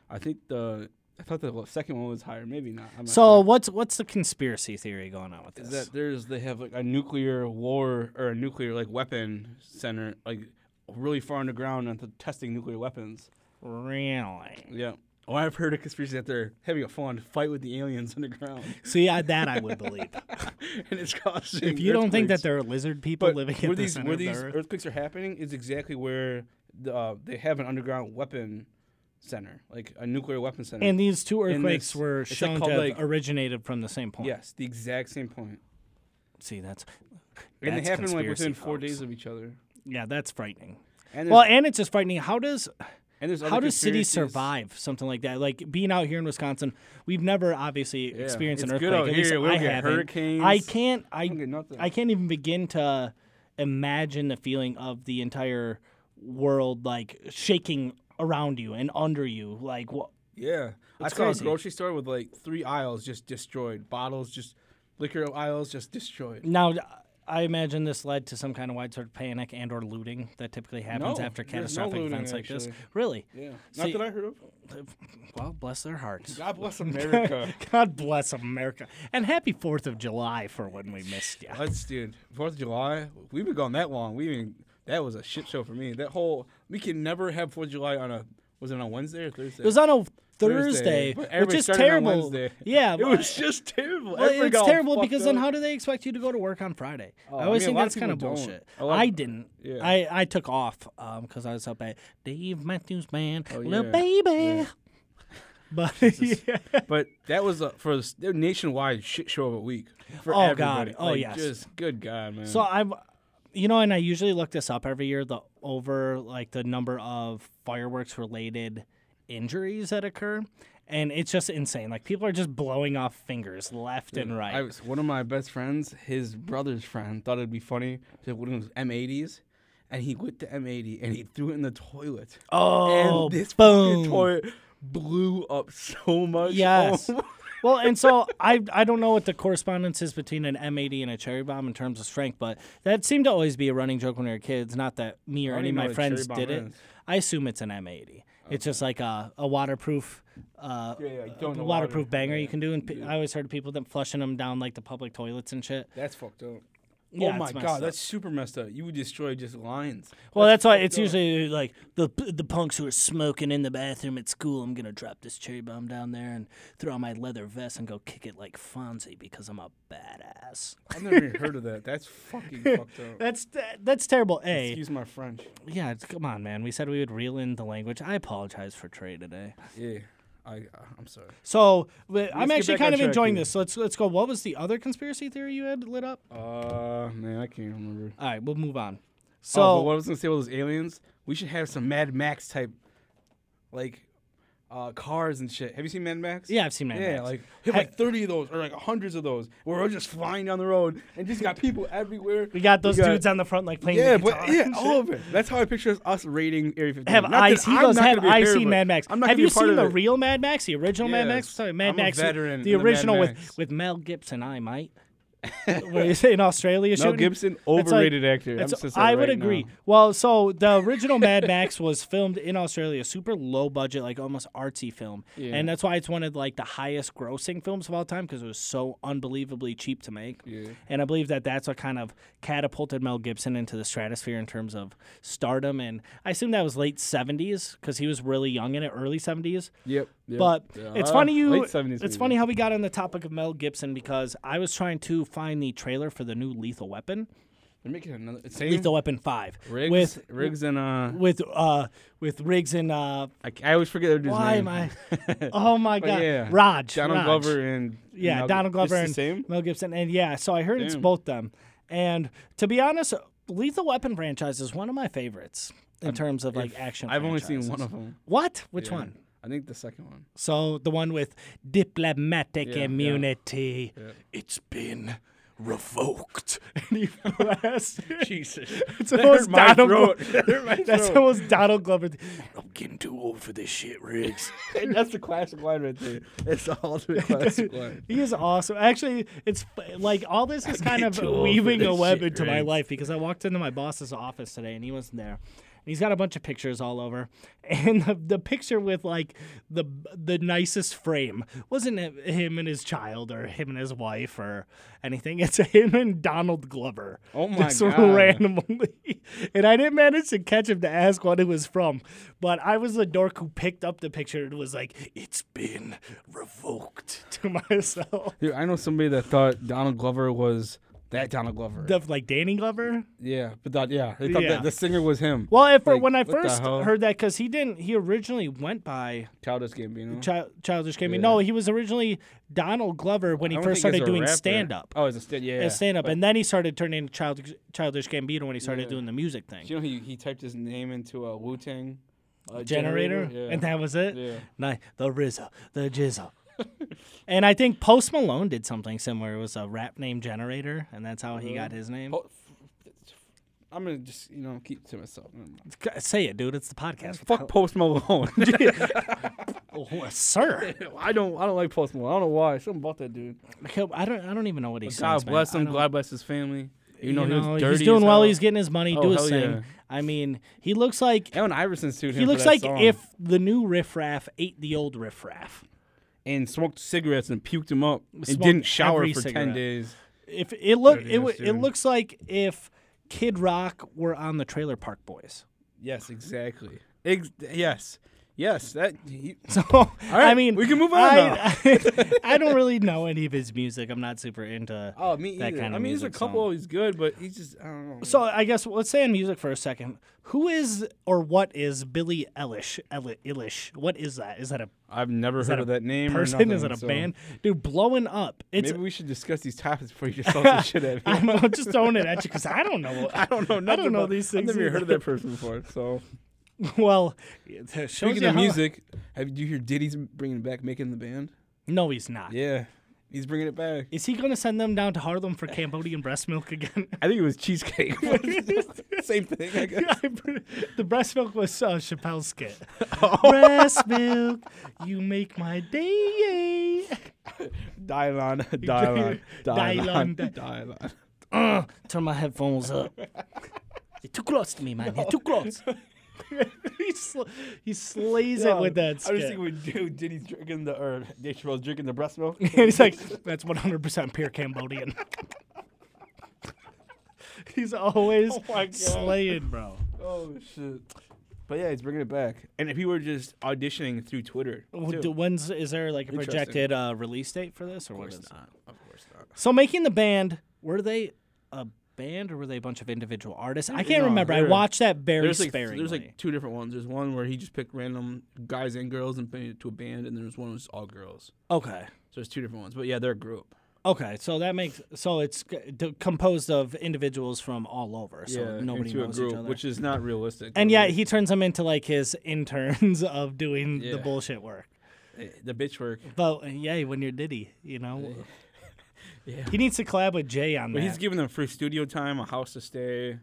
Speaker 2: I think the I thought the second one was higher. Maybe not. I'm not
Speaker 1: So what's what's the conspiracy theory going on with this?
Speaker 2: is that there's they have like a nuclear war or a nuclear like weapon center like really far underground and they're testing nuclear weapons.
Speaker 1: really?
Speaker 2: Yeah. Oh, I've heard a conspiracy that they're having a full-on fight with the aliens [LAUGHS] underground. [LAUGHS]
Speaker 1: See, I, that I would believe.
Speaker 2: and it's causing.
Speaker 1: If you don't think that
Speaker 2: earthquakes.
Speaker 1: there are lizard people
Speaker 2: But
Speaker 1: living
Speaker 2: where
Speaker 1: at the
Speaker 2: these
Speaker 1: center
Speaker 2: where
Speaker 1: of the
Speaker 2: these
Speaker 1: earth,
Speaker 2: earthquakes are happening is exactly where the, uh, they have an underground weapon center, like a nuclear weapon center.
Speaker 1: and these two
Speaker 2: and
Speaker 1: earthquakes
Speaker 2: this-
Speaker 1: were
Speaker 2: it's like
Speaker 1: shown
Speaker 2: called,
Speaker 1: to have
Speaker 2: like-
Speaker 1: originated from the same point.
Speaker 2: yes, the exact same point.
Speaker 1: See, that's
Speaker 2: And
Speaker 1: That's
Speaker 2: they happen like
Speaker 1: conspiracy
Speaker 2: within four
Speaker 1: folks.
Speaker 2: days of each other.
Speaker 1: yeah, that's frightening.
Speaker 2: And
Speaker 1: Well,
Speaker 2: there's-
Speaker 1: and it's just frightening. How does
Speaker 2: and there's
Speaker 1: how
Speaker 2: other
Speaker 1: does cities
Speaker 2: conspiracies.
Speaker 1: survive something like that? Like being out here in Wisconsin, we've never obviously
Speaker 2: Yeah,
Speaker 1: experienced an
Speaker 2: it's
Speaker 1: earthquake.
Speaker 2: good out
Speaker 1: At least
Speaker 2: here. We don't
Speaker 1: I
Speaker 2: get
Speaker 1: haven't.
Speaker 2: hurricanes.
Speaker 1: I can't. I
Speaker 2: don't get nothing.
Speaker 1: I can't even begin to imagine the feeling of the entire world like shaking around you and under you. Like what?
Speaker 2: Yeah, I
Speaker 1: It's
Speaker 2: saw
Speaker 1: crazy.
Speaker 2: a grocery store with like three aisles just destroyed, bottles just liquor aisles just destroyed.
Speaker 1: Now, I imagine this led to some kind of widespread panic and or looting that typically happens
Speaker 2: No,
Speaker 1: after
Speaker 2: there's no
Speaker 1: catastrophic
Speaker 2: looting,
Speaker 1: events like this.
Speaker 2: actually.
Speaker 1: Really?
Speaker 2: Yeah,
Speaker 1: See-
Speaker 2: not that I heard of.
Speaker 1: Well, bless their hearts.
Speaker 2: God [LAUGHS] bless America.
Speaker 1: [LAUGHS] God bless America. And happy 4th of July for when we missed you.
Speaker 2: Let's, dude. Fourth of July. We've been gone that long. We even that was a shit show for me. That whole we can never have Fourth of July on a was it on a Wednesday or Thursday?
Speaker 1: It was on a Thursday,
Speaker 2: Thursday, but
Speaker 1: which
Speaker 2: everybody
Speaker 1: is
Speaker 2: started on
Speaker 1: terrible.
Speaker 2: Wednesday.
Speaker 1: yeah,
Speaker 2: It
Speaker 1: but-
Speaker 2: was just terrible.
Speaker 1: [LAUGHS] well,
Speaker 2: Everybody
Speaker 1: it's
Speaker 2: got
Speaker 1: terrible
Speaker 2: fucked
Speaker 1: because then
Speaker 2: up. Oh,
Speaker 1: how do they expect you to go to work on Friday? I
Speaker 2: I
Speaker 1: always
Speaker 2: mean, a
Speaker 1: think
Speaker 2: lot of
Speaker 1: that's kind of
Speaker 2: people don't.
Speaker 1: bullshit.
Speaker 2: A lot of-
Speaker 1: I didn't.
Speaker 2: yeah.
Speaker 1: I, I took off because I was up at Dave Matthews Band, little
Speaker 2: Oh, yeah.
Speaker 1: baby. [LAUGHS] But [LAUGHS] yeah.
Speaker 2: But that was a, for s- a nationwide shit show of a week. For
Speaker 1: Oh,
Speaker 2: everybody.
Speaker 1: God. Oh,
Speaker 2: Like,
Speaker 1: yes.
Speaker 2: Just good God, man.
Speaker 1: So I've, you know, and I usually look this up every year the over like the number of fireworks related injuries that occur, and it's just insane. Like people are just blowing off fingers left and right.
Speaker 2: Mm. I was one of my best friends. His brother's friend thought it'd be funny to one of those M80s, and he whipped the M80 and he threw it in the toilet.
Speaker 1: oh,
Speaker 2: and this fucking
Speaker 1: boom!
Speaker 2: toilet blew up so much. [LAUGHS]
Speaker 1: Yes.
Speaker 2: Oh,
Speaker 1: well, and so I I don't know what the correspondence is between an M80 and a cherry bomb in terms of strength, but that seemed to always be a running joke when we were kids. Not that me or
Speaker 2: don't
Speaker 1: any of
Speaker 2: even know
Speaker 1: my
Speaker 2: what a cherry
Speaker 1: friends
Speaker 2: bomb
Speaker 1: did it.
Speaker 2: is.
Speaker 1: I assume it's an M80. It's just like a, a waterproof, uh,
Speaker 2: Yeah, yeah,
Speaker 1: a
Speaker 2: don't know
Speaker 1: waterproof
Speaker 2: water.
Speaker 1: banger you can do. And pe- I always heard of people that flushing them down like the public toilets and shit.
Speaker 2: that's fucked up.
Speaker 1: Yeah,
Speaker 2: oh my
Speaker 1: it's messed
Speaker 2: god,
Speaker 1: up.
Speaker 2: that's super messed up. You would destroy just lines.
Speaker 1: Well, that's why it's
Speaker 2: fucked up.
Speaker 1: usually like the the punks who are smoking in the bathroom at school. I'm gonna drop this cherry bomb down there and throw on my leather vest and go kick it like Fonzie because I'm a badass.
Speaker 2: I've never even heard of
Speaker 1: [LAUGHS]
Speaker 2: that. That's fucking fucked up.
Speaker 1: That's that's terrible. A
Speaker 2: Excuse my French.
Speaker 1: yeah, it's- come on, man. We said we would reel in the language. I apologize for Trey today.
Speaker 2: Yeah, I I'm sorry.
Speaker 1: So but I'm
Speaker 2: get
Speaker 1: actually
Speaker 2: back
Speaker 1: kind
Speaker 2: on
Speaker 1: of
Speaker 2: track
Speaker 1: enjoying
Speaker 2: here.
Speaker 1: this. So let's let's go. What was the other conspiracy theory you had lit up?
Speaker 2: Uh, man, I can't remember.
Speaker 1: All right, we'll move on.
Speaker 2: So
Speaker 1: So
Speaker 2: oh, but what I was gonna say about those aliens, we should have some Mad Max type, like, uh, cars and shit. Have you seen Mad Max?
Speaker 1: yeah, I've seen Mad
Speaker 2: Yeah,
Speaker 1: Max.
Speaker 2: like we have like thirty of those or like hundreds of those where we're just flying down the road and just got people everywhere.
Speaker 1: we got those dudes on the front like playing.
Speaker 2: Yeah,
Speaker 1: the
Speaker 2: but
Speaker 1: guitar
Speaker 2: yeah,
Speaker 1: and shit.
Speaker 2: all of it. That's how I picture us- us raiding Area 51.
Speaker 1: have
Speaker 2: Not that
Speaker 1: eyes. He
Speaker 2: I'm
Speaker 1: goes
Speaker 2: not
Speaker 1: have
Speaker 2: gonna be a
Speaker 1: eyes.
Speaker 2: parent,
Speaker 1: Seen
Speaker 2: but
Speaker 1: Mad Max.
Speaker 2: I'm not
Speaker 1: have
Speaker 2: gonna be
Speaker 1: you
Speaker 2: a part
Speaker 1: seen
Speaker 2: of
Speaker 1: the
Speaker 2: it.
Speaker 1: real Mad Max? The original Mad Max.
Speaker 2: Yes.
Speaker 1: Sorry, Mad
Speaker 2: I'm a
Speaker 1: Max. with-
Speaker 2: veteran
Speaker 1: the
Speaker 2: in the Mad
Speaker 1: original with
Speaker 2: Max.
Speaker 1: with Mel Gibson. I
Speaker 2: [LAUGHS]
Speaker 1: might. Where he's in Australia?
Speaker 2: Mel
Speaker 1: shooting?
Speaker 2: Gibson,
Speaker 1: It's like-
Speaker 2: overrated actor. I'm
Speaker 1: it's-
Speaker 2: just gonna say
Speaker 1: I
Speaker 2: right
Speaker 1: would agree.
Speaker 2: now.
Speaker 1: Well, so the original Mad Max was filmed in Australia, super low budget, like almost artsy film,
Speaker 2: Yeah.
Speaker 1: and that's why it's one of like the highest grossing films of all time because it was so unbelievably cheap to make.
Speaker 2: Yeah.
Speaker 1: And I believe that that's what kind of catapulted Mel Gibson into the stratosphere in terms of stardom. And I assume that was late 70s because he was really young in it, early 70s.
Speaker 2: Yep. yep.
Speaker 1: But
Speaker 2: Yeah,
Speaker 1: it's
Speaker 2: uh,
Speaker 1: funny you.
Speaker 2: late 70s
Speaker 1: It's
Speaker 2: maybe.
Speaker 1: funny how we got on the topic of Mel Gibson because I was trying to find the trailer for the new Lethal Weapon,
Speaker 2: They're making another. Same
Speaker 1: Lethal Weapon Five,
Speaker 2: Riggs,
Speaker 1: with
Speaker 2: Riggs and uh,
Speaker 1: with uh with Riggs and uh
Speaker 2: I, I always forget their dude's
Speaker 1: why
Speaker 2: name.
Speaker 1: am I?
Speaker 2: [LAUGHS]
Speaker 1: Oh my god,
Speaker 2: yeah.
Speaker 1: Raj,
Speaker 2: Donald
Speaker 1: Raj.
Speaker 2: Glover and
Speaker 1: Yeah,
Speaker 2: Mel-
Speaker 1: Donald Glover
Speaker 2: it's
Speaker 1: and
Speaker 2: the same.
Speaker 1: Mel Gibson, and yeah. So I heard it's
Speaker 2: Damn.
Speaker 1: both them. And to be honest, Lethal Weapon franchise is one of my favorites in terms of like action.
Speaker 2: I've only seen
Speaker 1: franchises.
Speaker 2: one of them.
Speaker 1: What? Which one?
Speaker 2: I think the second [LAUGHS] one.
Speaker 1: So the one with diplomatic
Speaker 2: yeah.
Speaker 1: immunity. It's been revoked. [LAUGHS] And he blasts.
Speaker 2: [LAUGHS] Jesus,
Speaker 1: It's
Speaker 2: [LAUGHS]
Speaker 1: almost Donald Glover. [LAUGHS]
Speaker 2: That's,
Speaker 1: That's almost Donald Glover. I'm getting too old for this shit,
Speaker 2: [LAUGHS]
Speaker 1: Riggs.
Speaker 2: That's the classic line right there. It's the [LAUGHS] ultimate classic line.
Speaker 1: He is awesome. Actually, it's f- like all this is kind
Speaker 2: get
Speaker 1: of
Speaker 2: too old for
Speaker 1: weaving
Speaker 2: this
Speaker 1: a web
Speaker 2: shit,
Speaker 1: into my
Speaker 2: Riggs.
Speaker 1: life because I walked into my boss's office today and he wasn't there. And he's got a bunch of pictures all over, [LAUGHS] and the, the picture with like the the nicest frame wasn't it him and his child or him and his wife or anything. It's [LAUGHS] him and Donald Glover.
Speaker 2: Oh my
Speaker 1: just
Speaker 2: God.
Speaker 1: randomly, [LAUGHS] and I didn't manage to catch him to ask what it was from, but I was the dork who picked up the picture and was like, "It's been revoked" [LAUGHS] to myself. [LAUGHS]
Speaker 2: Dude, I know somebody that thought Donald Glover was that Donald Glover.
Speaker 1: Stuff like Danny Glover.
Speaker 2: yeah, but that yeah, they thought
Speaker 1: Yeah.
Speaker 2: That the singer was him.
Speaker 1: Well, if
Speaker 2: Like,
Speaker 1: when I
Speaker 2: what the
Speaker 1: first
Speaker 2: hell?
Speaker 1: heard that, because he didn't, he originally went by
Speaker 2: Childish Gambino.
Speaker 1: Child, Childish Gambino. No, he was originally Donald Glover when
Speaker 2: I
Speaker 1: he
Speaker 2: don't
Speaker 1: first
Speaker 2: think
Speaker 1: started
Speaker 2: he's a
Speaker 1: doing
Speaker 2: rapper.
Speaker 1: stand up.
Speaker 2: Oh, as a stand, yeah.
Speaker 1: Stand up, and then he started turning into Childish, Childish Gambino when he started
Speaker 2: Yeah.
Speaker 1: doing the music thing.
Speaker 2: Do you know he, he typed his name into a Wu Tang uh,
Speaker 1: generator,
Speaker 2: Yeah.
Speaker 1: and that was it.
Speaker 2: Yeah.
Speaker 1: Ni- the Rizzo, the Jizzle. [LAUGHS] and I think Post Malone did something similar. It was a rap name generator, and that's how he got his name.
Speaker 2: Oh, f- I'm gonna just you know keep to myself. Never mind.
Speaker 1: C- Say it, dude. It's the podcast.
Speaker 2: Fuck Post [LAUGHS] Malone.
Speaker 1: Oh, [LAUGHS]
Speaker 2: [LAUGHS]
Speaker 1: sir.
Speaker 2: I don't I don't like Post Malone. I don't know why. Something about that dude.
Speaker 1: I don't. I don't even know what he
Speaker 2: God
Speaker 1: says. man.
Speaker 2: bless
Speaker 1: I
Speaker 2: him.
Speaker 1: don't-
Speaker 2: God bless his family. You know, he
Speaker 1: know,
Speaker 2: was dirty.
Speaker 1: he's doing
Speaker 2: as
Speaker 1: well.
Speaker 2: hell.
Speaker 1: He's getting his money.
Speaker 2: Oh,
Speaker 1: do his
Speaker 2: hell
Speaker 1: thing.
Speaker 2: yeah.
Speaker 1: I mean, he looks like
Speaker 2: Alan Iverson sued him.
Speaker 1: he
Speaker 2: for
Speaker 1: looks
Speaker 2: that
Speaker 1: like
Speaker 2: song
Speaker 1: if the new riffraff ate the old riffraff.
Speaker 2: and smoked cigarettes and puked him up and
Speaker 1: Smoked
Speaker 2: didn't shower
Speaker 1: every
Speaker 2: for ten
Speaker 1: cigarette.
Speaker 2: days.
Speaker 1: If it look
Speaker 2: Dirty
Speaker 1: it, w-
Speaker 2: ass
Speaker 1: it
Speaker 2: dude.
Speaker 1: looks like if Kid Rock were on the Trailer Park Boys.
Speaker 2: Yes, exactly. Ex- yes, yes. That he,
Speaker 1: [LAUGHS] So I
Speaker 2: right,
Speaker 1: mean,
Speaker 2: we can move on
Speaker 1: I, I, [LAUGHS] I don't really know any of his music. I'm not super into.
Speaker 2: oh me
Speaker 1: That
Speaker 2: either.
Speaker 1: kind
Speaker 2: I
Speaker 1: of
Speaker 2: mean, there's a
Speaker 1: music
Speaker 2: couple.
Speaker 1: song.
Speaker 2: He's good, but he's just I don't know.
Speaker 1: So I guess let's stay on music for a second. Who is or what is Billy Eilish? Eili- Eilish. What is that? Is that a
Speaker 2: I've never heard
Speaker 1: a
Speaker 2: of that name. or
Speaker 1: person? is it
Speaker 2: nothing,
Speaker 1: a
Speaker 2: so
Speaker 1: band? Dude, blowing up. It's
Speaker 2: Maybe we should discuss these topics before [LAUGHS] you just throw this shit at me.
Speaker 1: [LAUGHS] I'm I'm just throwing it at you because I don't know.
Speaker 2: [LAUGHS] I don't know.
Speaker 1: I don't
Speaker 2: nothing
Speaker 1: know
Speaker 2: about-
Speaker 1: these
Speaker 2: I've
Speaker 1: things.
Speaker 2: never even heard of
Speaker 1: either.
Speaker 2: that person before. So
Speaker 1: [LAUGHS] Well, it shows
Speaker 2: speaking
Speaker 1: you
Speaker 2: of
Speaker 1: how-
Speaker 2: music, have do you hear Diddy's bringing back making the band?
Speaker 1: no, he's not.
Speaker 2: Yeah, he's bringing it back.
Speaker 1: Is he going to send them down to Harlem for Cambodian breast milk again? [LAUGHS]
Speaker 2: I think it was cheesecake. [LAUGHS] Same thing. I guess.
Speaker 1: I pre- the breast milk was uh, Chappelle's
Speaker 2: [LAUGHS]
Speaker 1: skit. Breast milk, you make my day.
Speaker 2: [LAUGHS] Dylon, Dylon, Dylon, Dylon.
Speaker 1: Uh, turn my headphones [LAUGHS] up. You're too close to me, man. You're too close. [LAUGHS] he, sl- he slays it with that
Speaker 2: I was
Speaker 1: skit. [LAUGHS]
Speaker 2: thinking when dude, Diddy's drinking the or Dave Chappelle's drinking the breast milk.
Speaker 1: And he's like, that's 100% pure Cambodian. [LAUGHS] he's always
Speaker 2: Oh my God.
Speaker 1: slaying, bro.
Speaker 2: oh shit. But yeah, he's bringing it back. And if he were just auditioning through Twitter,
Speaker 1: Well,
Speaker 2: too.
Speaker 1: do- When's is there like a
Speaker 2: Interesting.
Speaker 1: projected uh, release date for this, or what is it?
Speaker 2: not. Of course not.
Speaker 1: So making the band, were they a band or were they a bunch of individual artists? I can't
Speaker 2: No,
Speaker 1: remember. I
Speaker 2: they're-
Speaker 1: watched that very
Speaker 2: There's like
Speaker 1: sparingly.
Speaker 2: there's like two different ones. There's one where he just picked random guys and girls and put it to a band, and there's one was all girls.
Speaker 1: okay,
Speaker 2: So there's two different ones. But yeah, they're a group.
Speaker 1: okay. So that makes so it's c- d- composed of individuals from all over. So nobody
Speaker 2: into
Speaker 1: knows
Speaker 2: a group,
Speaker 1: each other.
Speaker 2: which is not realistic.
Speaker 1: and
Speaker 2: yeah,
Speaker 1: yet he turns them into like his interns [LAUGHS] of doing
Speaker 2: Yeah.
Speaker 1: the bullshit work.
Speaker 2: Eh, the bitch work.
Speaker 1: But uh, yay, when you're Diddy, you know.
Speaker 2: [LAUGHS]
Speaker 1: He needs to collab with Jay on
Speaker 2: But
Speaker 1: that.
Speaker 2: he's giving them free studio time, a house to stay,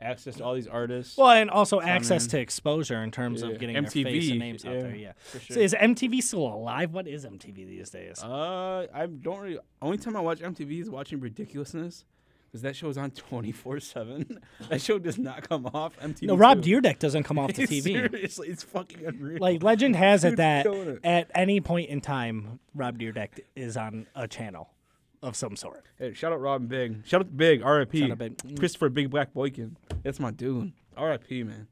Speaker 2: access to all these artists.
Speaker 1: well, and also access to exposure in terms
Speaker 2: Yeah.
Speaker 1: of getting their face
Speaker 2: MTV,
Speaker 1: and names out
Speaker 2: yeah,
Speaker 1: there. Yeah.
Speaker 2: for
Speaker 1: So
Speaker 2: sure.
Speaker 1: is MTV still alive? What is MTV these days?
Speaker 2: uh, I don't really. Only time I watch MTV is watching Ridiculousness. Because that show is on [LAUGHS] 24 7. That show does not come off MTV.
Speaker 1: No, Rob
Speaker 2: too.
Speaker 1: Deerdeck doesn't come
Speaker 2: [LAUGHS]
Speaker 1: off the TV.
Speaker 2: Seriously, it's fucking unreal.
Speaker 1: Like legend has it
Speaker 2: Dude's
Speaker 1: that
Speaker 2: killing it.
Speaker 1: at any point in time, Rob Deerdeck is on a channel of some sort.
Speaker 2: Hey, shout out Robin Big. Shout out to Big, RIP.
Speaker 1: Shout out Big. Mm.
Speaker 2: Christopher Big Black Boykin. That's my dude. RIP, man.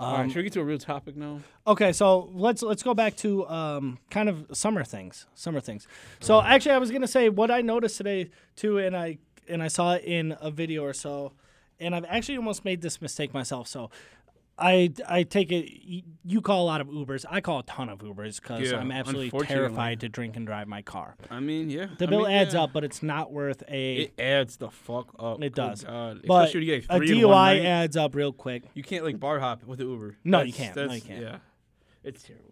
Speaker 2: All
Speaker 1: Um,
Speaker 2: right, should we get to a real topic now?
Speaker 1: Okay, so let's let's go back to um, kind of summer things. Summer things. So actually, I was gonna say what I noticed today too, and I and I saw it in a video or so, and I've actually almost made this mistake myself. So. I, I take it y- you call a lot of Ubers. I call a ton of Ubers because
Speaker 2: Yeah,
Speaker 1: I'm absolutely
Speaker 2: unfortunately.
Speaker 1: terrified to drink and drive my car.
Speaker 2: I mean, yeah.
Speaker 1: The
Speaker 2: I
Speaker 1: bill
Speaker 2: mean,
Speaker 1: adds
Speaker 2: yeah.
Speaker 1: up, but it's not worth a.
Speaker 2: It adds the fuck up.
Speaker 1: It
Speaker 2: Good
Speaker 1: does.
Speaker 2: God.
Speaker 1: but
Speaker 2: Especially when you get
Speaker 1: a
Speaker 2: three in one
Speaker 1: DUI
Speaker 2: night.
Speaker 1: adds up real quick,
Speaker 2: You can't like bar hop with the Uber.
Speaker 1: No, you
Speaker 2: That's-
Speaker 1: can't. No,
Speaker 2: That's,
Speaker 1: you can't.
Speaker 2: Yeah, it's terrible.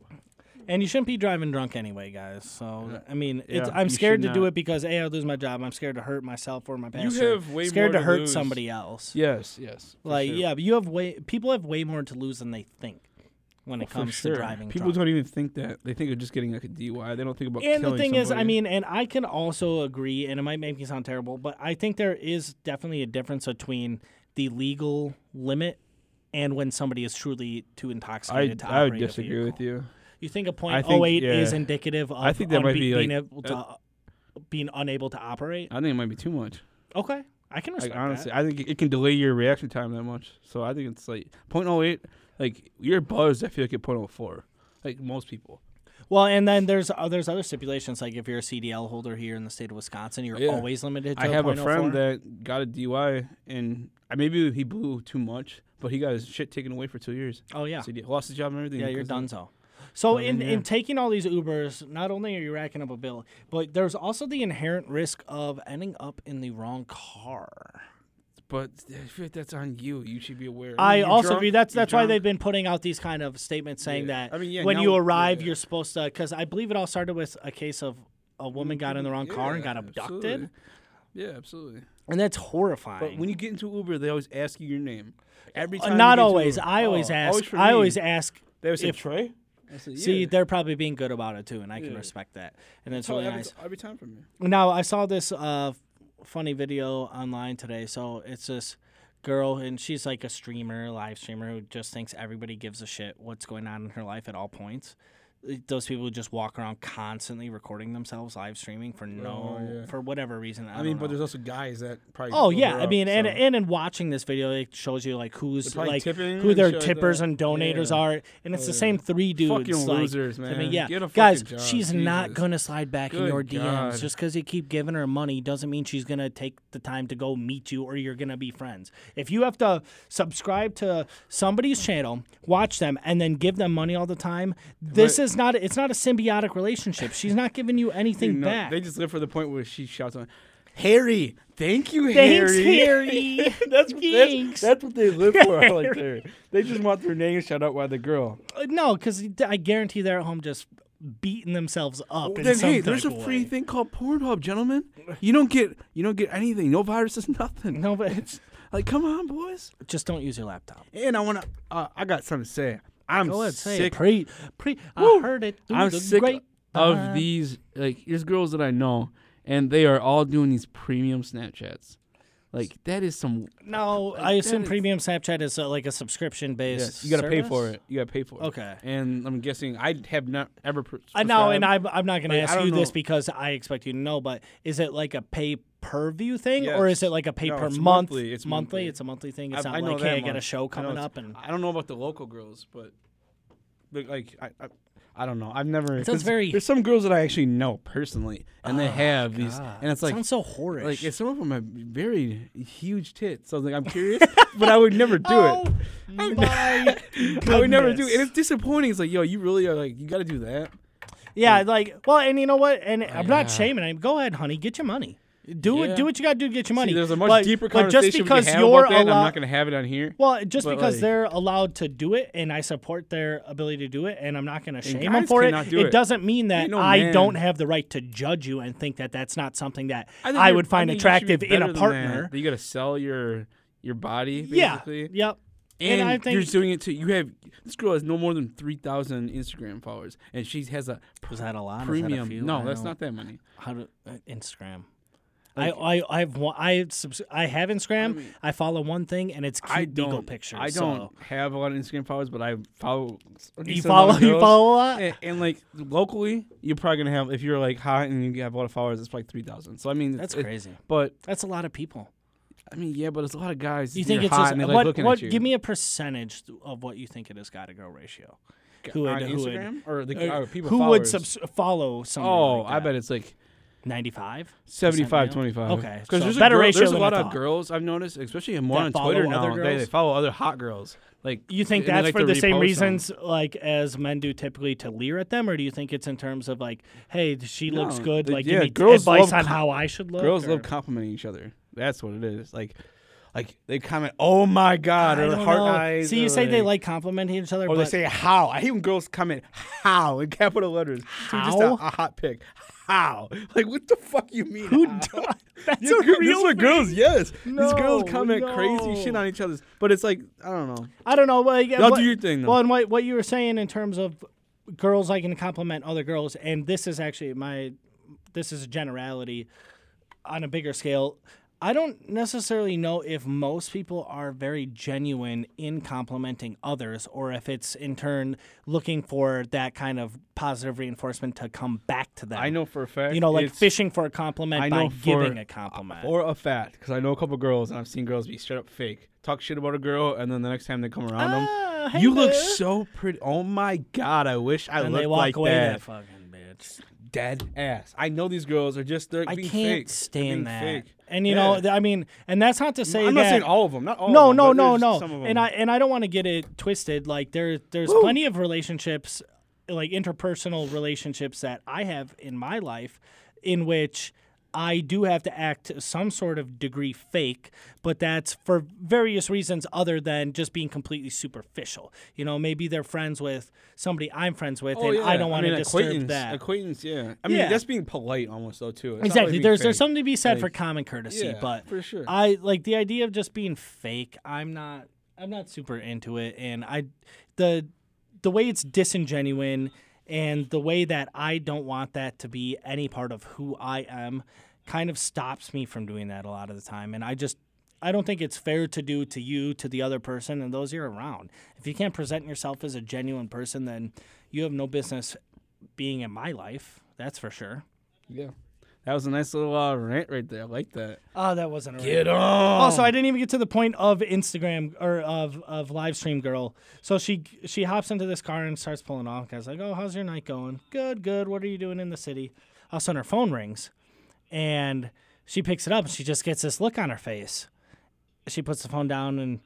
Speaker 1: and you shouldn't be driving drunk anyway, guys. So I mean, it's,
Speaker 2: Yeah,
Speaker 1: I'm
Speaker 2: you
Speaker 1: scared
Speaker 2: should
Speaker 1: to do
Speaker 2: not.
Speaker 1: it because a I lose my job. I'm scared to hurt myself or my passenger.
Speaker 2: have way
Speaker 1: scared
Speaker 2: more
Speaker 1: to
Speaker 2: to
Speaker 1: hurt
Speaker 2: lose.
Speaker 1: somebody else.
Speaker 2: Yes, yes. for
Speaker 1: like
Speaker 2: sure.
Speaker 1: yeah, but you have way people have way more to lose than they think when it
Speaker 2: Oh, For
Speaker 1: comes
Speaker 2: sure.
Speaker 1: to driving.
Speaker 2: People
Speaker 1: drunk.
Speaker 2: don't even think that. They think of just getting like a DUI. They don't think about.
Speaker 1: And the
Speaker 2: killing
Speaker 1: thing is, I
Speaker 2: somebody.
Speaker 1: mean, and I can also agree, and it might make me sound terrible, but I think there is definitely a difference between the legal limit and when somebody is truly too
Speaker 2: I,
Speaker 1: intoxicated to
Speaker 2: I
Speaker 1: operate
Speaker 2: would
Speaker 1: a
Speaker 2: disagree
Speaker 1: vehicle.
Speaker 2: with you.
Speaker 1: You think a
Speaker 2: I
Speaker 1: point
Speaker 2: think-
Speaker 1: oh eight
Speaker 2: yeah.
Speaker 1: is indicative of
Speaker 2: I think that might
Speaker 1: unbe-
Speaker 2: be, like,
Speaker 1: being
Speaker 2: uh,
Speaker 1: able to, being unable to operate?
Speaker 2: I think it might be too much.
Speaker 1: Okay, I can
Speaker 2: Like
Speaker 1: respect
Speaker 2: honestly, I think it can delay your reaction time that much. So I think it's like 0.08. Like you're buzzed. I feel like at 0.04. Like most people.
Speaker 1: that. Well, and then there's uh, there's other stipulations like if you're a CDL holder here in the state of Wisconsin, you're
Speaker 2: Yeah.
Speaker 1: always limited. to
Speaker 2: I have a
Speaker 1: 0.04.
Speaker 2: friend that got a DUI and I, maybe he blew too much, but he got his shit taken away for two years.
Speaker 1: Oh yeah,
Speaker 2: So he lost his job and everything.
Speaker 1: yeah, you're
Speaker 2: because of-
Speaker 1: done so. So
Speaker 2: then,
Speaker 1: in,
Speaker 2: yeah.
Speaker 1: in taking all these Ubers, not only are you racking up a bill, but there's also the inherent risk of ending up in the wrong car.
Speaker 2: But I feel like that's on you. You should be aware.
Speaker 1: I
Speaker 2: You're
Speaker 1: also
Speaker 2: drunk,
Speaker 1: agree. That's
Speaker 2: you're
Speaker 1: that's why
Speaker 2: drunk.
Speaker 1: they've been putting out these kind of statements saying
Speaker 2: Yeah.
Speaker 1: that
Speaker 2: I mean, yeah,
Speaker 1: when
Speaker 2: now-
Speaker 1: you
Speaker 2: yeah,
Speaker 1: arrive,
Speaker 2: yeah.
Speaker 1: you're supposed to. Because I believe it all started with a case of a woman got in the wrong car and got
Speaker 2: Yeah,
Speaker 1: abducted,
Speaker 2: absolutely. Yeah, absolutely.
Speaker 1: and that's
Speaker 2: But
Speaker 1: horrifying.
Speaker 2: when you get into Uber, they always ask you your name. Every
Speaker 1: Uh,
Speaker 2: time. you get
Speaker 1: Not
Speaker 2: into
Speaker 1: always.
Speaker 2: Uber.
Speaker 1: I always
Speaker 2: Oh,
Speaker 1: ask.
Speaker 2: for
Speaker 1: I
Speaker 2: me.
Speaker 1: always ask.
Speaker 2: They always say
Speaker 1: if-
Speaker 2: Trey. I said, yeah.
Speaker 1: See, they're probably being good about it too, and I can
Speaker 2: Yeah.
Speaker 1: respect that. And it's
Speaker 2: Oh,
Speaker 1: really
Speaker 2: every,
Speaker 1: nice.
Speaker 2: every time from you.
Speaker 1: Now I saw this uh, funny video online today. So it's this girl, and she's like a streamer, live streamer, who just thinks everybody gives a shit what's going on in her life at all points. Those people who just walk around constantly recording themselves live streaming for no
Speaker 2: yeah.
Speaker 1: for whatever reason. I,
Speaker 3: I mean,
Speaker 1: don't
Speaker 3: but
Speaker 1: know.
Speaker 3: there's also guys that probably.
Speaker 1: Oh
Speaker 3: build
Speaker 1: yeah,
Speaker 3: her
Speaker 1: I
Speaker 3: up,
Speaker 1: mean, and,
Speaker 3: so-
Speaker 1: and in watching this video, it shows you like who's
Speaker 2: probably
Speaker 1: like
Speaker 2: tipping
Speaker 1: who
Speaker 2: and
Speaker 1: their
Speaker 2: shit like
Speaker 1: tippers
Speaker 2: that.
Speaker 1: and donators
Speaker 2: Yeah. Oh,
Speaker 1: are, and it's the
Speaker 3: yeah.
Speaker 1: same three dudes.
Speaker 2: Fucking
Speaker 1: like,
Speaker 2: losers,
Speaker 1: I mean,
Speaker 2: man.
Speaker 1: yeah,
Speaker 2: Get a
Speaker 1: guys,
Speaker 2: fucking job,
Speaker 1: she's not
Speaker 2: Jesus.
Speaker 1: gonna slide back in
Speaker 2: Good
Speaker 1: your DMs
Speaker 2: God.
Speaker 1: just because you keep giving her money doesn't mean she's gonna take the time to go meet you or you're gonna be friends. If you have to subscribe to somebody's channel, watch them, and then give them money all the time, this is not it's not a symbiotic relationship. She's not giving you anything
Speaker 2: No,
Speaker 1: back.
Speaker 2: They just live for the point where she shouts on, Harry, thank you,
Speaker 1: Thanks,
Speaker 2: Harry.
Speaker 1: Harry.
Speaker 2: [LAUGHS] that's,
Speaker 1: Thanks.
Speaker 2: that's that's what they live for. like they they just want their name shut out by the girl.
Speaker 1: Uh, No, because I guarantee they're at home just beating themselves up. in
Speaker 2: then
Speaker 1: some
Speaker 2: hey,
Speaker 1: type
Speaker 2: there's a
Speaker 1: of
Speaker 2: free
Speaker 1: way.
Speaker 2: thing called Pornhub, gentlemen. You don't get you don't get anything. No viruses, nothing.
Speaker 1: No, but it's
Speaker 2: Like come on, boys.
Speaker 1: just don't use your laptop.
Speaker 2: And I wanna uh, I got something to say. I'm
Speaker 1: Go ahead, say
Speaker 2: sick
Speaker 1: it. Pre, pre. I heard it. Through
Speaker 2: I'm
Speaker 1: the
Speaker 2: sick
Speaker 1: grapevine.
Speaker 2: of these like there's girls that I know and they are all doing these premium Snapchats. Like that is some
Speaker 1: No, I
Speaker 2: that
Speaker 1: assume
Speaker 2: is-
Speaker 1: premium Snapchat is uh, like a subscription based.
Speaker 2: Yes, you got to pay for it. You got to pay for it.
Speaker 1: Okay.
Speaker 2: And I'm guessing I have not ever. pr-
Speaker 1: I know, Uh,
Speaker 2: subscribed.
Speaker 1: and I'm, I'm not going to
Speaker 2: Like, I
Speaker 1: ask you
Speaker 2: don't
Speaker 1: this
Speaker 2: know.
Speaker 1: because I expect you to know, but is it like a pay per view thing or is
Speaker 2: Yes.
Speaker 1: it like a pay
Speaker 2: No,
Speaker 1: per
Speaker 2: it's
Speaker 1: month?
Speaker 2: monthly, it's monthly.
Speaker 1: It's a monthly thing.
Speaker 2: I-
Speaker 1: It's
Speaker 2: I
Speaker 1: not
Speaker 2: know
Speaker 1: like,
Speaker 2: that
Speaker 1: hey, I got a
Speaker 2: much.
Speaker 1: show
Speaker 2: I know
Speaker 1: coming
Speaker 2: it's-
Speaker 1: up. and
Speaker 2: I don't know about the local girls, but but, like I. I I don't know. I've never.
Speaker 1: sounds
Speaker 2: there's-
Speaker 1: very- Oh,
Speaker 2: There's some girls that I actually know personally, and they have these, and it's like,
Speaker 1: uh, Sounds so horrid.
Speaker 2: like and some of them have very huge tits. So I was like, I'm curious, [LAUGHS] but I would never do it.
Speaker 1: [LAUGHS] Oh [LAUGHS] my
Speaker 2: I would never do it, and
Speaker 1: goodness.
Speaker 2: it's disappointing. It's like, yo, you really are like, you got to do that.
Speaker 1: Yeah, like well, and you know what? And I'm
Speaker 2: Oh, yeah.
Speaker 1: not shaming him. Go ahead, honey, get your money. Do
Speaker 2: Yeah.
Speaker 1: it. Do what you got to do to get your money.
Speaker 2: See, there's a much
Speaker 1: but,
Speaker 2: deeper
Speaker 1: but
Speaker 2: conversation
Speaker 1: just because
Speaker 2: we can have
Speaker 1: you're
Speaker 2: about that. and I'm
Speaker 1: allowed,
Speaker 2: not going to have it on here.
Speaker 1: well, just
Speaker 2: but,
Speaker 1: because
Speaker 2: like-
Speaker 1: they're allowed to do it, and I support their ability to do it, and I'm not going to shame them
Speaker 2: guys
Speaker 1: for it.
Speaker 2: cannot do
Speaker 1: it
Speaker 2: it.
Speaker 1: doesn't mean that
Speaker 2: Ain't no
Speaker 1: I
Speaker 2: man.
Speaker 1: don't have the right to judge you and think that that's not something that I,
Speaker 2: think you're-
Speaker 1: would find
Speaker 2: think you should be
Speaker 1: attractive in
Speaker 2: better
Speaker 1: a
Speaker 2: than
Speaker 1: partner.
Speaker 2: That. You got to sell your your body,
Speaker 1: Yeah.
Speaker 2: basically.
Speaker 1: Yep.
Speaker 2: And,
Speaker 1: I
Speaker 2: you're
Speaker 1: think
Speaker 2: doing it to you have this girl has no more than three thousand Instagram followers, and she has a pr-
Speaker 1: was that a lot? Is that a
Speaker 2: premium.
Speaker 1: few?
Speaker 2: no,
Speaker 1: I
Speaker 2: that's
Speaker 1: don't-
Speaker 2: not that many.
Speaker 1: how to uh, Instagram. I I I've one, I subs- I have Instagram. I, follow one thing and it's cute
Speaker 2: I
Speaker 1: beagle
Speaker 2: don't.
Speaker 1: pictures.
Speaker 2: I don't have a lot of Instagram followers, but I follow. a
Speaker 1: You
Speaker 2: decent
Speaker 1: follow
Speaker 2: amount of
Speaker 1: you
Speaker 2: girls.
Speaker 1: follow a lot.
Speaker 2: And, and, like locally, you're probably gonna have if you're like hot and you have a lot of followers, it's probably three thousand. So I mean,
Speaker 1: That's
Speaker 2: it-
Speaker 1: crazy.
Speaker 2: But
Speaker 1: That's a lot of people.
Speaker 2: I mean, yeah, but it's a lot of guys.
Speaker 1: You think
Speaker 2: you're
Speaker 1: it's
Speaker 2: hot
Speaker 1: just
Speaker 2: and they like
Speaker 1: what
Speaker 2: looking
Speaker 1: what?
Speaker 2: at you.
Speaker 1: Give me a percentage of what you think it has got to go ratio. Who would
Speaker 2: on
Speaker 1: who would
Speaker 2: Instagram or the
Speaker 1: uh,
Speaker 2: or people
Speaker 1: who would
Speaker 2: followers?
Speaker 1: subs- follow somebody?
Speaker 2: Oh, I bet it's like
Speaker 1: ninety five.
Speaker 2: 75 25
Speaker 1: Okay, so
Speaker 2: because there's
Speaker 1: better
Speaker 2: a, girl,
Speaker 1: ratio
Speaker 2: there's a
Speaker 1: than
Speaker 2: lot
Speaker 1: I
Speaker 2: of
Speaker 1: thought.
Speaker 2: girls i've noticed especially more
Speaker 1: That
Speaker 2: on
Speaker 1: follow
Speaker 2: twitter
Speaker 1: other
Speaker 2: now they, they
Speaker 1: girls?
Speaker 2: follow other hot girls like
Speaker 1: You think
Speaker 2: and they
Speaker 1: that's
Speaker 2: like
Speaker 1: for
Speaker 2: to
Speaker 1: the same
Speaker 2: repost them.
Speaker 1: reasons, like as men do typically to leer at them, or do you think it's in terms of like, hey, she looks
Speaker 2: No,
Speaker 1: good,
Speaker 2: they-
Speaker 1: like
Speaker 2: yeah,
Speaker 1: give me
Speaker 2: girls
Speaker 1: advice
Speaker 2: love
Speaker 1: on
Speaker 2: com-
Speaker 1: how I should look?
Speaker 2: girls
Speaker 1: or-
Speaker 2: love complimenting each other that's what it is like like they comment oh my god
Speaker 1: I
Speaker 2: or the
Speaker 1: don't
Speaker 2: heart
Speaker 1: know.
Speaker 2: eyes
Speaker 1: See, you
Speaker 2: or
Speaker 1: say they like complimenting each other,
Speaker 2: or
Speaker 1: but
Speaker 2: they say how i hate when girls comment how in capital letters to just a,
Speaker 1: How?
Speaker 2: a hot pick how like what the fuck you mean
Speaker 1: who
Speaker 2: how?
Speaker 1: do-
Speaker 2: [LAUGHS]
Speaker 1: [LAUGHS] that's
Speaker 2: Yeah,
Speaker 1: a
Speaker 2: gir- these
Speaker 1: real
Speaker 2: are girls, yes. these
Speaker 1: No,
Speaker 2: girls comment crazy shit
Speaker 1: no.
Speaker 2: on each other's, but it's like I don't know.
Speaker 1: I don't know. Like,
Speaker 2: Y'all
Speaker 1: what,
Speaker 2: do your thing, though.
Speaker 1: Well, and what what you were saying in terms of girls liking to compliment other girls, and this is actually my this is a generality on a bigger scale. I don't necessarily know if most people are very genuine in complimenting others or if it's in turn looking for that kind of positive reinforcement to come back to them.
Speaker 2: I know for a fact.
Speaker 1: You know, like
Speaker 2: it's-
Speaker 1: fishing for a compliment
Speaker 2: I
Speaker 1: by
Speaker 2: know for-
Speaker 1: giving a compliment.
Speaker 2: For a fact, because I know a couple girls, and I've seen girls be straight up fake. Talk shit about a girl, and then the next time they come around them,
Speaker 1: Ah, hey
Speaker 2: you look
Speaker 1: there."
Speaker 2: so pretty. Oh my god, I wish I
Speaker 1: and
Speaker 2: looked
Speaker 1: they walk
Speaker 2: like
Speaker 1: away
Speaker 2: that.
Speaker 1: that fucking bitch.
Speaker 2: Dead ass. I know these girls are just they're
Speaker 1: I
Speaker 2: being
Speaker 1: can't
Speaker 2: fake. They're being
Speaker 1: stand that.
Speaker 2: Fake.
Speaker 1: And you
Speaker 2: Yeah.
Speaker 1: know, th- I mean, and that's not to say
Speaker 2: I'm
Speaker 1: that
Speaker 2: not saying all of them. Not all. of
Speaker 1: no,
Speaker 2: them,
Speaker 1: no,
Speaker 2: but
Speaker 1: no,
Speaker 2: there's
Speaker 1: no.
Speaker 2: Some of them.
Speaker 1: And I and I don't want to get it twisted. Like there, there's plenty of relationships, like interpersonal relationships that I have in my life, in which I do have to act some sort of degree fake, but that's for various reasons other than just being completely superficial. You know, maybe they're friends with somebody I'm friends with,
Speaker 2: Oh,
Speaker 1: and I
Speaker 2: yeah.
Speaker 1: don't want
Speaker 2: mean,
Speaker 1: to disturb
Speaker 2: acquaintance-
Speaker 1: that.
Speaker 2: Acquaintance, yeah. I mean,
Speaker 1: Yeah.
Speaker 2: that's being polite almost though too. It's not
Speaker 1: Exactly.
Speaker 2: really being
Speaker 1: there's
Speaker 2: fake.
Speaker 1: there's something to be said for
Speaker 2: Like,
Speaker 1: common courtesy,
Speaker 2: yeah,
Speaker 1: but
Speaker 2: for sure.
Speaker 1: I like the idea of just being fake. I'm not I'm not super into it, and I the the way it's disingenuine and the way that I don't want that to be any part of who I am kind of stops me from doing that a lot of the time, and I just. I don't think it's fair to do to you, to the other person, and those you're around. If you can't present yourself as a genuine person, then you have no business being in my life. That's for sure.
Speaker 2: Yeah. That was a nice little uh, rant right there. I like that.
Speaker 1: Oh, that wasn't a
Speaker 2: Get on.
Speaker 1: Also, Oh, I didn't even get to the point of Instagram or of of live stream girl. So she she hops into this car and starts pulling off. Guys like, oh, how's your night going? Good, good. What are you doing in the city? All of a sudden, her phone rings, and she picks it up. and She just gets this look on her face. She puts the phone down and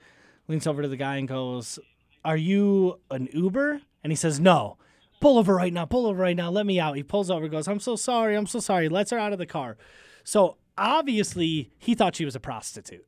Speaker 1: leans over to the guy and goes, "Are you an Uber?" And he says, "No." Pull over right now. Pull over right now. Let me out. He pulls over. Goes, "I'm so sorry. I'm so sorry." Lets her out of the car. So obviously, he thought she was a prostitute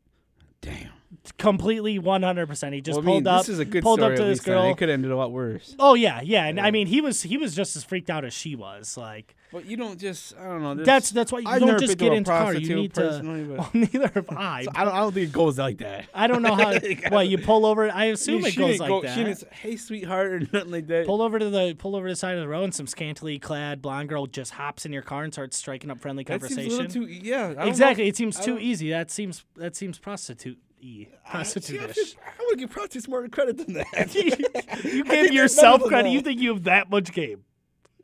Speaker 2: Damn.
Speaker 1: completely 100%. He just
Speaker 2: Well, I mean,
Speaker 1: pulled up.
Speaker 2: this is a good
Speaker 1: pulled
Speaker 2: story.
Speaker 1: up to
Speaker 2: at
Speaker 1: this
Speaker 2: least, then.
Speaker 1: girl.
Speaker 2: It could have ended a lot worse.
Speaker 1: Oh yeah, yeah. And I mean, he was he was just as freaked out as she was. Like
Speaker 2: But you don't just. I don't know. there's-
Speaker 1: that's that's why you
Speaker 2: I've
Speaker 1: don't
Speaker 2: never
Speaker 1: just
Speaker 2: been to
Speaker 1: get
Speaker 2: a
Speaker 1: into the car. You
Speaker 2: prostitute
Speaker 1: need
Speaker 2: personally,
Speaker 1: to. [LAUGHS]
Speaker 2: but-
Speaker 1: Well, neither
Speaker 2: [LAUGHS]
Speaker 1: have I.
Speaker 2: I don't. I don't think it goes like that.
Speaker 1: I
Speaker 2: [LAUGHS]
Speaker 1: don't know how. well, you pull over. I assume it
Speaker 2: she
Speaker 1: goes
Speaker 2: didn't
Speaker 1: like
Speaker 2: go-
Speaker 1: that.
Speaker 2: She didn't say, "Hey, sweetheart," or [LAUGHS] nothing like that.
Speaker 1: Pull over to the pull over to the side of the road, and some scantily clad blonde girl just hops in your car and starts striking up friendly
Speaker 2: that seems a
Speaker 1: conversation.
Speaker 2: little too. Yeah. I don't [LAUGHS]
Speaker 1: exactly, it seems
Speaker 2: I
Speaker 1: too
Speaker 2: don't-
Speaker 1: easy. That seems that seems prostitute y,
Speaker 2: know. I-
Speaker 1: prostitute
Speaker 2: I would give prostitutes more credit than
Speaker 1: [LAUGHS]
Speaker 2: [LAUGHS] that.
Speaker 1: you
Speaker 2: think
Speaker 1: give
Speaker 2: they're
Speaker 1: yourself
Speaker 2: better than
Speaker 1: credit.
Speaker 2: that.
Speaker 1: You think you have that much
Speaker 2: [LAUGHS]
Speaker 1: game?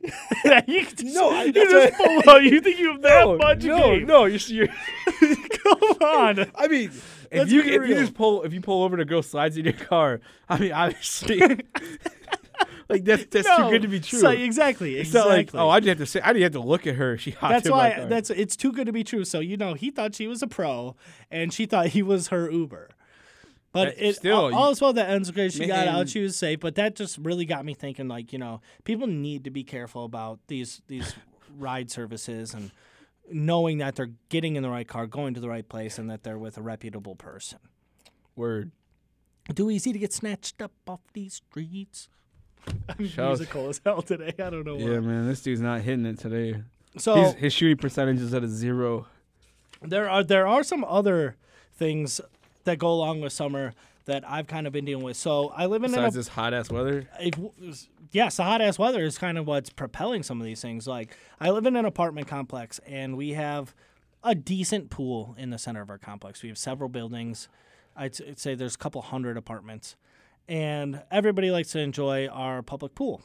Speaker 1: [LAUGHS] That you just,
Speaker 2: No, I-
Speaker 1: you
Speaker 2: that's
Speaker 1: just
Speaker 2: what-
Speaker 1: pull out- You think you have that
Speaker 2: [LAUGHS] no,
Speaker 1: much
Speaker 2: no,
Speaker 1: game?
Speaker 2: no, you're, you're
Speaker 1: [LAUGHS] Come on.
Speaker 2: I mean, if
Speaker 1: [LAUGHS] Let's
Speaker 2: you
Speaker 1: be
Speaker 2: if you
Speaker 1: real.
Speaker 2: just pull if you pull over and a girl slides in your car, I mean,
Speaker 1: [LAUGHS]
Speaker 2: obviously, [LAUGHS] like that's that's
Speaker 1: no.
Speaker 2: too good to be true.
Speaker 1: So, exactly. Exactly.
Speaker 2: It's not like oh, I didn't have to say, I didn't have to look at her. She hopped
Speaker 1: that's
Speaker 2: in my
Speaker 1: why.
Speaker 2: car.
Speaker 1: That's it's too good to be true. So you know, he thought she was a pro, and she thought he was her Uber. But
Speaker 2: That's
Speaker 1: it
Speaker 2: still-
Speaker 1: all, all's well that ends great. She got
Speaker 2: Man.
Speaker 1: out. She was safe. But that just really got me thinking. Like you know, people need to be careful about these these ride services and knowing that they're getting in the right car, going to the right place, and that they're with a reputable person.
Speaker 2: word.
Speaker 1: Too easy to get snatched up off these streets. I'm
Speaker 2: Shout out-
Speaker 1: musical as hell today. I don't know.
Speaker 2: Yeah,
Speaker 1: why.
Speaker 2: man, this dude's not hitting it today.
Speaker 1: So
Speaker 2: His, his shooting percentage is at a zero.
Speaker 1: There are there are some other things that go along with summer that I've kind of been dealing with. So I live in an
Speaker 2: Besides this hot ass weather,
Speaker 1: it, yes, the hot ass weather is kind of what's propelling some of these things. Like I live in an apartment complex, and we have a decent pool in the center of our complex. We have several buildings. I'd, s- I'd say there's a couple hundred apartments, and everybody likes to enjoy our public pool.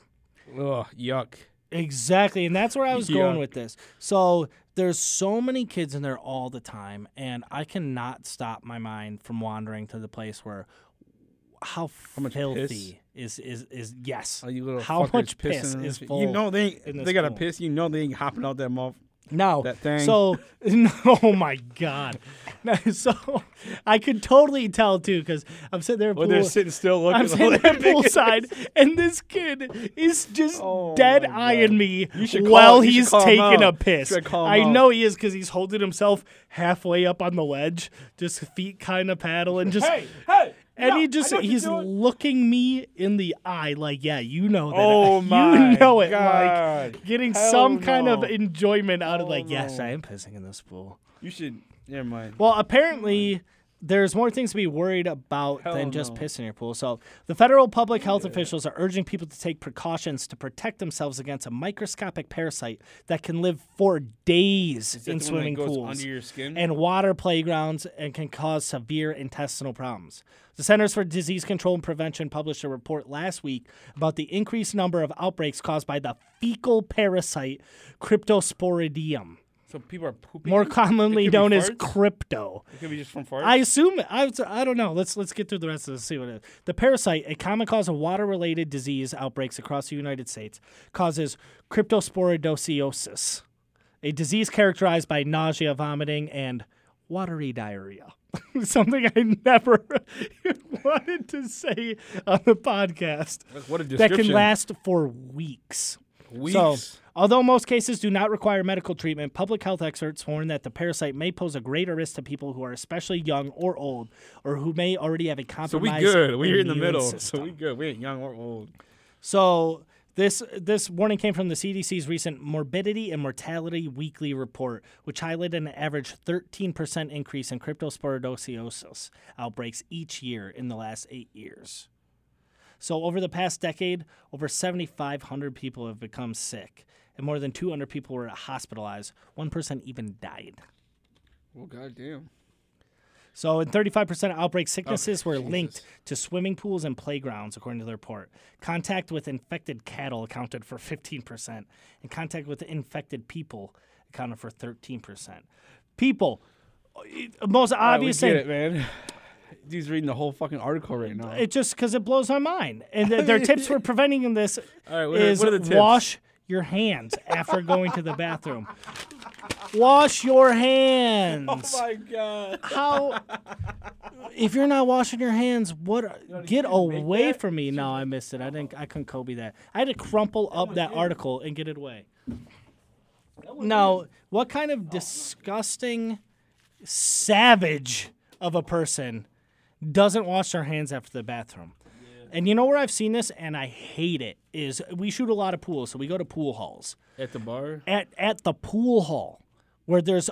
Speaker 2: ugh, yuck.
Speaker 1: Exactly, and that's where I was going
Speaker 2: Yeah.
Speaker 1: with this. So there's so many kids in there all the time, and I cannot stop my mind from wandering to the place where how,
Speaker 2: much
Speaker 1: filthy is is is yes.
Speaker 2: Oh, you little
Speaker 1: how
Speaker 2: fuckers
Speaker 1: much
Speaker 2: pissing
Speaker 1: piss
Speaker 2: in
Speaker 1: is
Speaker 2: this-
Speaker 1: full?
Speaker 2: You know they
Speaker 1: in this
Speaker 2: they gotta
Speaker 1: pool.
Speaker 2: piss. You know they ain't hopping out that mouth.
Speaker 1: No.
Speaker 2: That thing.
Speaker 1: So, [LAUGHS] no, oh my God. [LAUGHS] No, So, I could totally tell too, because I'm sitting there. in
Speaker 2: Or they're
Speaker 1: pool-
Speaker 2: sitting still looking.
Speaker 1: I'm sitting there
Speaker 2: like-
Speaker 1: poolside, and this kid is just
Speaker 2: Oh
Speaker 1: dead
Speaker 2: my
Speaker 1: eyeing
Speaker 2: God.
Speaker 1: me
Speaker 2: should call-
Speaker 1: while
Speaker 2: you should
Speaker 1: he's
Speaker 2: call him
Speaker 1: taking a
Speaker 2: out.
Speaker 1: piss.
Speaker 2: You should call
Speaker 1: I
Speaker 2: him out.
Speaker 1: know he is because he's holding himself halfway up on the ledge, just feet kind of paddling, just.
Speaker 2: [LAUGHS] Hey, hey.
Speaker 1: And
Speaker 2: yeah, I
Speaker 1: he just
Speaker 2: know what you're
Speaker 1: he's
Speaker 2: doing.
Speaker 1: looking me in the eye like, yeah, you know that.
Speaker 2: Oh
Speaker 1: [LAUGHS]
Speaker 2: my
Speaker 1: you know it. Like
Speaker 2: God.
Speaker 1: getting
Speaker 2: Hell
Speaker 1: some kind of
Speaker 2: no.
Speaker 1: enjoyment out of
Speaker 2: Hell
Speaker 1: like, yes,
Speaker 2: no.
Speaker 1: I am pissing in this pool.
Speaker 2: You should. Never mind.
Speaker 1: Well, apparently there's more things to be worried about
Speaker 2: Hell
Speaker 1: than just
Speaker 2: no.
Speaker 1: piss in your pool. So, the federal public health officials are urging people to take precautions to protect themselves against a microscopic parasite that can live for days
Speaker 2: Is that
Speaker 1: in
Speaker 2: the one that
Speaker 1: swimming
Speaker 2: goes
Speaker 1: pools
Speaker 2: under your skin?
Speaker 1: and water playgrounds and can cause severe intestinal problems. The Centers for Disease Control and Prevention published a report last week about the increased number of outbreaks caused by the fecal parasite Cryptosporidium,
Speaker 2: so people are pooping.
Speaker 1: more
Speaker 2: It
Speaker 1: commonly
Speaker 2: could be
Speaker 1: known as
Speaker 2: farts?
Speaker 1: crypto.
Speaker 2: It could be just from farts.
Speaker 1: I assume I, I don't know. Let's let's get through the rest of this. See what it is. The parasite, a common cause of water-related disease outbreaks across the United States, causes cryptosporidiosis, a disease characterized by nausea, vomiting, and watery diarrhea. [LAUGHS] Something I never [LAUGHS] wanted to say on the podcast
Speaker 2: what a
Speaker 1: that
Speaker 2: description.
Speaker 1: can last for weeks.
Speaker 2: Weeks.
Speaker 1: So, although most cases do not require medical treatment, public health experts warn that the parasite may pose a greater risk to people who are especially young or old, or who may already have a
Speaker 2: so we
Speaker 1: compromised.
Speaker 2: good. We're in the
Speaker 1: immune
Speaker 2: middle. So
Speaker 1: system.
Speaker 2: we good. We ain't young or old.
Speaker 1: So this this warning came from the CDC's recent morbidity and mortality weekly report, which highlighted an average 13% increase in cryptosporidiosis outbreaks each year in the last eight years. So over the past decade, over 7,500 people have become sick, and more than 200 people were hospitalized. One person even died.
Speaker 2: Well, goddamn.
Speaker 1: So, in 35% of outbreak sicknesses were
Speaker 2: Jesus.
Speaker 1: linked to swimming pools and playgrounds, according to the report. Contact with infected cattle accounted for 15%, and contact with infected people accounted for 13%. People, uh, most obvious
Speaker 2: we
Speaker 1: thing.
Speaker 2: get it, man. [LAUGHS] Dude's reading the whole fucking article right now.
Speaker 1: It just because it blows my mind. And th-
Speaker 2: [LAUGHS]
Speaker 1: their tips for preventing this
Speaker 2: All right, what are-
Speaker 1: is
Speaker 2: what are the tips?
Speaker 1: wash your hands after going to the bathroom. Wash
Speaker 2: [LAUGHS] Oh
Speaker 1: your hands.
Speaker 2: my god.
Speaker 1: how if you're not washing your hands what get
Speaker 2: make
Speaker 1: away
Speaker 2: that?
Speaker 1: from me no i missed it i didn't i couldn't kobe that i had to crumple up that article and get it away now what kind of disgusting savage of a person doesn't wash their hands after the bathroom and you know where i've seen this and i hate it is we shoot a lot of pools so we go to pool halls
Speaker 2: At the bar?
Speaker 1: at at the pool hall where there's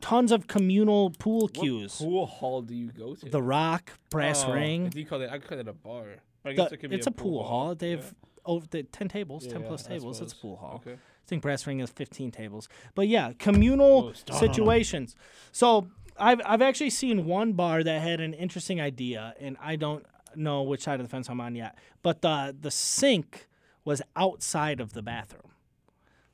Speaker 1: tons of communal pool cues.
Speaker 2: Pool hall do you go to?
Speaker 1: The Rock, Brass
Speaker 2: Oh,
Speaker 1: Ring.
Speaker 2: Do you call that? I call that a bar. But I
Speaker 1: The-
Speaker 2: guess it could be
Speaker 1: it's a pool hall. They've
Speaker 2: Yeah.
Speaker 1: over the ten tables, ten
Speaker 2: Yeah,
Speaker 1: plus
Speaker 2: I
Speaker 1: tables. It's a
Speaker 2: suppose.
Speaker 1: pool hall.
Speaker 2: Okay.
Speaker 1: I think Brass Ring is fifteen tables. But yeah, communal
Speaker 2: Oh, start on 'em.
Speaker 1: situations. So I've I've actually seen one bar that had an interesting idea, and I don't know which side of the fence I'm on yet. But the the sink was outside of the bathroom.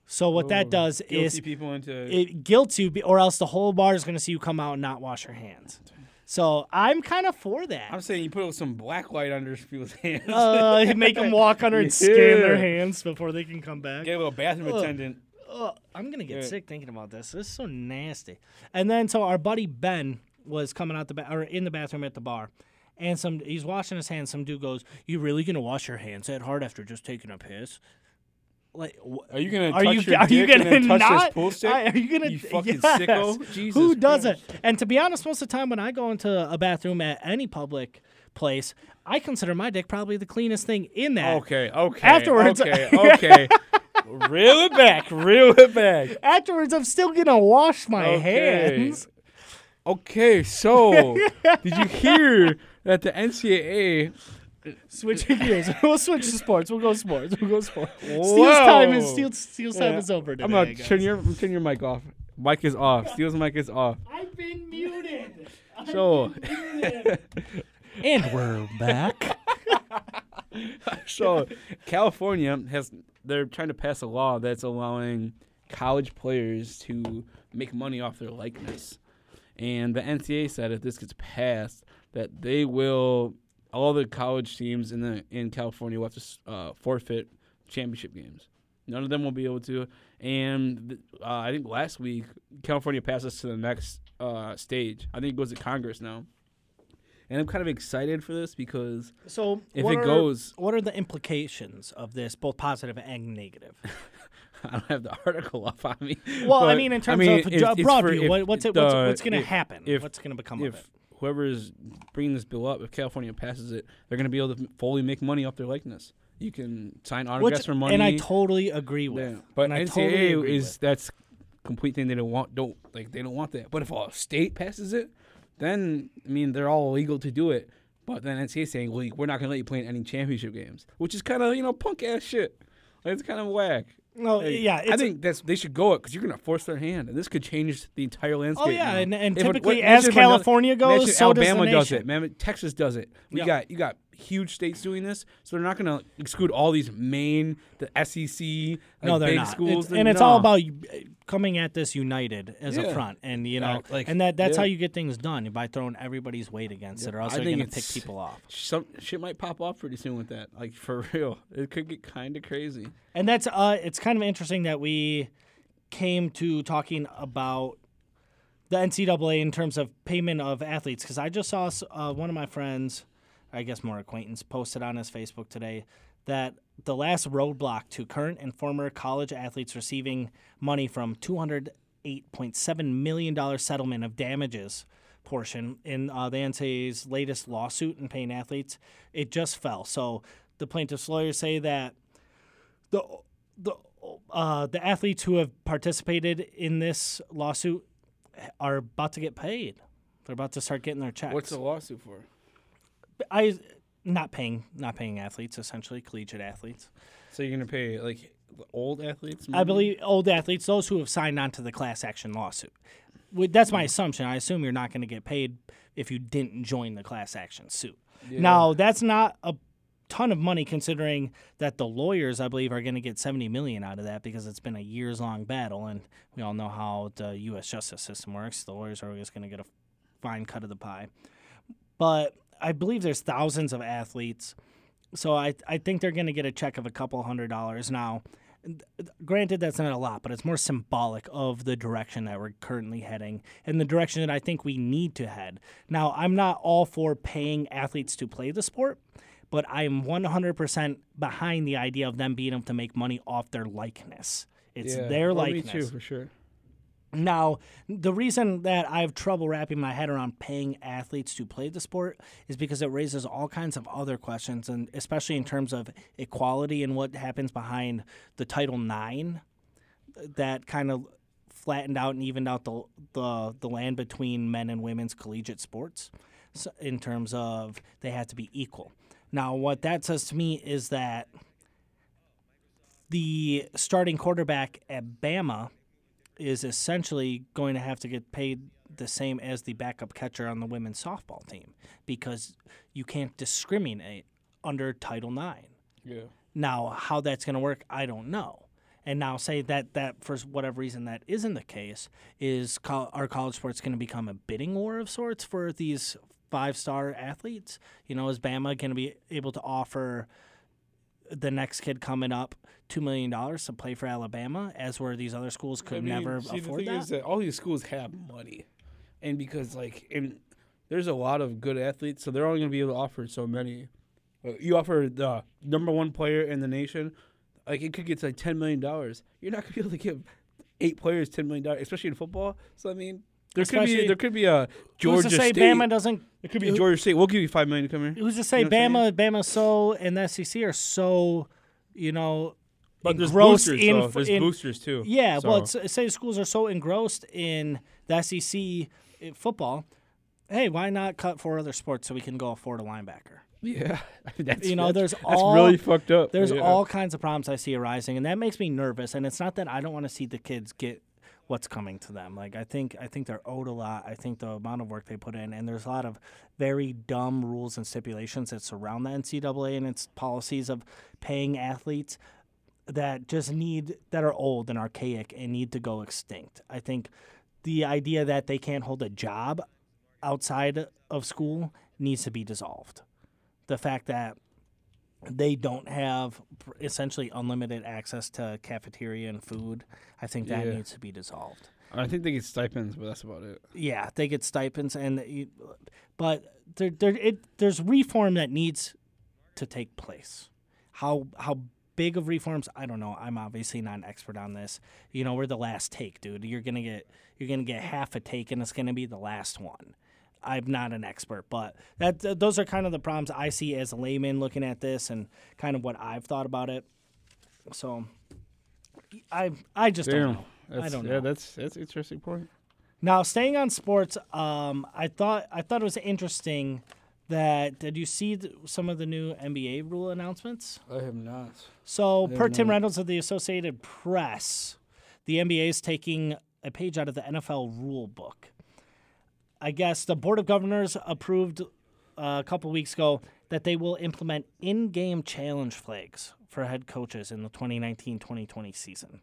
Speaker 1: So what that
Speaker 2: Ooh.
Speaker 1: does
Speaker 2: Oh, Guilty
Speaker 1: is
Speaker 2: people into
Speaker 1: it guilt you, be- or else the whole bar is going to see you come out and not wash your hands. So I'm kind of for
Speaker 2: I'm
Speaker 1: that.
Speaker 2: saying you put some black light under people's [LAUGHS] hands.
Speaker 1: Uh, make [LAUGHS] them walk under and scan their
Speaker 2: Yeah.
Speaker 1: hands before they can come back.
Speaker 2: Get a little
Speaker 1: uh,
Speaker 2: bathroom attendant.
Speaker 1: Ugh, I'm gonna get
Speaker 2: Yeah.
Speaker 1: sick thinking about this. This is so nasty. And then so our buddy Ben was coming out the ba- or in the bathroom at the bar, and some he's washing his hands. Some dude goes, "You really gonna wash your hands that hard after just taking a piss?" Like, wh-
Speaker 2: Are you gonna
Speaker 1: Are
Speaker 2: touch
Speaker 1: you
Speaker 2: your
Speaker 1: are you
Speaker 2: dick and
Speaker 1: gonna
Speaker 2: then touch
Speaker 1: not?
Speaker 2: this pool stick?
Speaker 1: I- are you gonna
Speaker 2: You fucking
Speaker 1: [LAUGHS] yes.
Speaker 2: sicko. Jesus
Speaker 1: Who doesn't?
Speaker 2: Christ.
Speaker 1: And to be honest, most of the time when I go into a bathroom at any public place, I consider my dick probably the cleanest thing in that.
Speaker 2: Okay, okay.
Speaker 1: Afterwards- [LAUGHS]
Speaker 2: Okay, okay. reel it back. Reel it back.
Speaker 1: Afterwards, I'm still gonna wash my
Speaker 2: Okay. [LAUGHS]
Speaker 1: hands. [LAUGHS]
Speaker 2: Okay, so did you hear that the NCAA?
Speaker 1: Switching gears. [LAUGHS] we'll switch to sports. We'll go sports. We'll go sports. Steel's time is
Speaker 2: Whoa.
Speaker 1: Steel's, Steel's time
Speaker 2: Yeah,
Speaker 1: is over today.
Speaker 2: I'm gonna
Speaker 1: guys.
Speaker 2: turn your turn your mic off. Mic is off. Steel's mic is off.
Speaker 1: I've been muted.
Speaker 2: So
Speaker 1: and we're back.
Speaker 2: [LAUGHS] so California has they're trying to pass a law that's allowing college players to make money off their likeness. And the NCAA said if this gets passed, that they will all the college teams in the in California will have to s- uh, forfeit championship games. None of them will be able to. And th- uh, I think last week California passed us to the next uh, stage. I think it goes to Congress now. And I'm kind of excited for this because
Speaker 1: [LAUGHS] So
Speaker 2: If
Speaker 1: what
Speaker 2: it
Speaker 1: are-
Speaker 2: goes-
Speaker 1: what are the implications of this, both positive and
Speaker 2: [LAUGHS]
Speaker 1: negative?
Speaker 2: I don't have the article [LAUGHS] up on me.
Speaker 1: Well, I
Speaker 2: but-
Speaker 1: mean, in terms of
Speaker 2: it's-
Speaker 1: jo-
Speaker 2: it's
Speaker 1: broad
Speaker 2: for
Speaker 1: view,
Speaker 2: if
Speaker 1: what, what's it? What's,
Speaker 2: the-
Speaker 1: what's going to
Speaker 2: if-
Speaker 1: happen?
Speaker 2: if-
Speaker 1: what's going to become of it?
Speaker 2: If whoever is bringing this bill up, if California passes it, they're going to be able to fully make money off their likeness. You can sign autographs
Speaker 1: Which,
Speaker 2: for money.
Speaker 1: and I totally agree with.
Speaker 2: yeah. but
Speaker 1: and I
Speaker 2: NCAA
Speaker 1: totally agree
Speaker 2: is
Speaker 1: with.
Speaker 2: that's complete thing they don't want. Don't like they don't want that. But if a state passes it, then I mean they're all legal to do it. But then NCAA saying, "Well, we're not gonna let you play in any championship games," which is kind of you know punk ass shit. Like, it's kind of whack.
Speaker 1: No,
Speaker 2: Like,
Speaker 1: yeah,
Speaker 2: I
Speaker 1: it's-
Speaker 2: think that's they should go it because you're gonna force their hand, and this could change the entire landscape.
Speaker 1: Oh yeah,
Speaker 2: now.
Speaker 1: and, and
Speaker 2: If it-
Speaker 1: typically
Speaker 2: what-
Speaker 1: as
Speaker 2: imagine if another-
Speaker 1: California
Speaker 2: imagine
Speaker 1: goes,
Speaker 2: if
Speaker 1: so
Speaker 2: Alabama
Speaker 1: does,
Speaker 2: does
Speaker 1: the
Speaker 2: it. Man, Texas does it. We
Speaker 1: Yeah.
Speaker 2: got you got huge states doing this, so they're not gonna exclude all these main the SEC like,
Speaker 1: no, they're
Speaker 2: big
Speaker 1: not.
Speaker 2: schools,
Speaker 1: It's- and it's all
Speaker 2: Nah.
Speaker 1: about you- eh, coming at this united as a
Speaker 2: Yeah.
Speaker 1: front, and you know,
Speaker 2: Like- like-
Speaker 1: and that that's
Speaker 2: yeah.
Speaker 1: how you get things done by throwing everybody's weight against it, or else
Speaker 2: I
Speaker 1: they're
Speaker 2: think
Speaker 1: going to pick
Speaker 2: it's-
Speaker 1: people off.
Speaker 2: some shit might pop off pretty soon with that. Like for [LAUGHS] real, it could get kind of crazy.
Speaker 1: And that's uh, it's kind of interesting that we came to talking about the NCAA in terms of payment of athletes because I just saw s- uh, one of my friends, I guess more acquaintance, posted on his Facebook today that the last roadblock to current and former college athletes receiving money from two hundred eight point seven million dollar settlement of damages portion in uh, the NCAA's latest lawsuit in paying athletes, it just fell. So the plaintiffs' lawyers say that the the uh, the athletes who have participated in this lawsuit are about to get paid. They're about to start getting their checks.
Speaker 2: What's the lawsuit for?
Speaker 1: I not paying not paying athletes essentially collegiate athletes.
Speaker 2: So you're gonna pay like the old athletes?
Speaker 1: I believe old athletes, those who have signed on to the class action lawsuit. With- That's my assumption. I assume you're not going to get paid if you didn't join the class action suit. Now, that's not a ton of money considering that the lawyers, I believe, are going to get 70 million out of that because it's been a years long battle, and we all know how the U.S. justice system works. The lawyers are always going to get a fine cut of the pie. But I believe there's thousands of athletes. So I, I think they're going to get a check of a couple hundred dollars now. Granted, that's not a lot, but it's more symbolic of the direction that we're currently heading and the direction that I think we need to head. Now, I'm not all for paying athletes to play the sport, but I am 100% behind the idea of them being able to make money off their likeness. It's their likeness.
Speaker 2: Oh, Me too, for sure.
Speaker 1: Now, the reason that I have trouble wrapping my head around paying athletes to play the sport is because it raises all kinds of other questions, and especially in terms of equality and what happens behind the Title IX that kind of flattened out and evened out the, the, the land between men and women's collegiate sports so in terms of they have to be equal. Now, what that says to me is that the starting quarterback at Bama is essentially going to have to get paid the same as the backup catcher on the women's softball team because you can't discriminate under Title IX.
Speaker 2: Yeah.
Speaker 1: Now, how that's going to work, I don't know. And now, say that that for whatever reason that isn't the case, is col- our college sports going to become a bidding war of sorts for these five-star athletes? You know, is Bama going to be able to offer the next kid coming up two million dollars to play for Alabama, as where these other schools could never
Speaker 2: see,
Speaker 1: afford
Speaker 2: the thing
Speaker 1: that?
Speaker 2: is that all these schools have money, and because like, and there's a lot of good athletes, so they're only gonna be able to offer so many. Uh, You offer the number one player in the nation, like it could get to like ten million dollars. You're not gonna be able to give eight players ten million dollars, especially in football. So I mean, there could
Speaker 1: Especially-
Speaker 2: be there could be a
Speaker 1: Who's
Speaker 2: Georgia
Speaker 1: to say
Speaker 2: State.
Speaker 1: Bama doesn't?
Speaker 2: It could be Georgia State. We'll give you five million to come here.
Speaker 1: Who's to say
Speaker 2: You know what I'm
Speaker 1: Bama, Bama, so and the SEC are so, you know,
Speaker 2: But there's
Speaker 1: engrossed
Speaker 2: boosters,
Speaker 1: in,
Speaker 2: though. There's
Speaker 1: in-
Speaker 2: boosters too.
Speaker 1: Yeah,
Speaker 2: so.
Speaker 1: well, it's, say schools are so engrossed in the SEC football. Hey, why not cut four other sports so we can go afford a linebacker?
Speaker 2: [LAUGHS] yeah, [LAUGHS] that's,
Speaker 1: You know,
Speaker 2: that's-
Speaker 1: there's
Speaker 2: that's
Speaker 1: all-
Speaker 2: really fucked up.
Speaker 1: There's
Speaker 2: Yeah.
Speaker 1: all kinds of problems I see arising, and that makes me nervous. And it's not that I don't want to see the kids get what's coming to them. Like I think I think they're owed a lot. I think the amount of work they put in, and there's a lot of very dumb rules and stipulations that surround the NCAA and its policies of paying athletes that just need that are old and archaic and need to go extinct. I think the idea that they can't hold a job outside of school needs to be dissolved. The fact that they don't have pr- essentially unlimited access to cafeteria and food, I think that
Speaker 2: Yeah.
Speaker 1: needs to be dissolved.
Speaker 2: I think they get stipends, but that's about it.
Speaker 1: Yeah, they get stipends, and you- but there, there, it, there's reform that needs to take place. How how big of reforms? I don't know. I'm obviously not an expert on this. You know, we're the last take, dude. You're gonna get you're gonna get half a take, and it's gonna be the last one. I'm not an expert, but that th- those are kind of the problems I see as a layman looking at this, and kind of what I've thought about it. So, I I just don't know.
Speaker 2: That's,
Speaker 1: don't
Speaker 2: Yeah,
Speaker 1: know.
Speaker 2: that's that's an interesting point.
Speaker 1: Now, staying on sports, um, I thought I thought it was interesting that did you see th- some of the new NBA rule announcements?
Speaker 2: I have not.
Speaker 1: So, per Tim
Speaker 2: not.
Speaker 1: Reynolds of the Associated Press, the NBA is taking a page out of the NFL rule book. I guess the Board of Governors approved uh, a couple weeks ago that they will implement in game challenge flags for head coaches in the 2019 2020 season.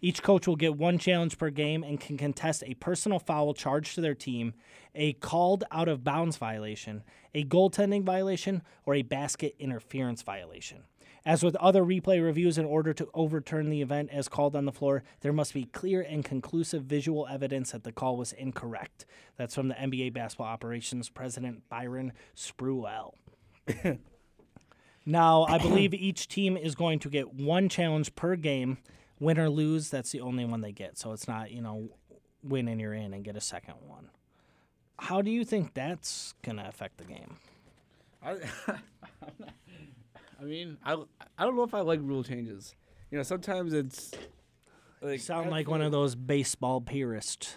Speaker 1: Each coach will get one challenge per game and can contest a personal foul charge to their team, a called out of bounds violation, a goaltending violation, or a basket interference violation. As with other replay reviews, in order to overturn the event as called on the floor, there must be clear and conclusive visual evidence that the call was incorrect. That's from the NBA Basketball Operations President Byron Spruell. Now, [CLEARS THROAT] I believe each team is going to get one challenge per game. Win or lose, that's the only one they get. So it's not, you know, win and you're in and get a second one. How do you think that's going to affect the game?
Speaker 2: I, [LAUGHS] I mean, I, I don't know if I like rule changes. You know, sometimes it's like
Speaker 1: Sound like one of those baseball purists.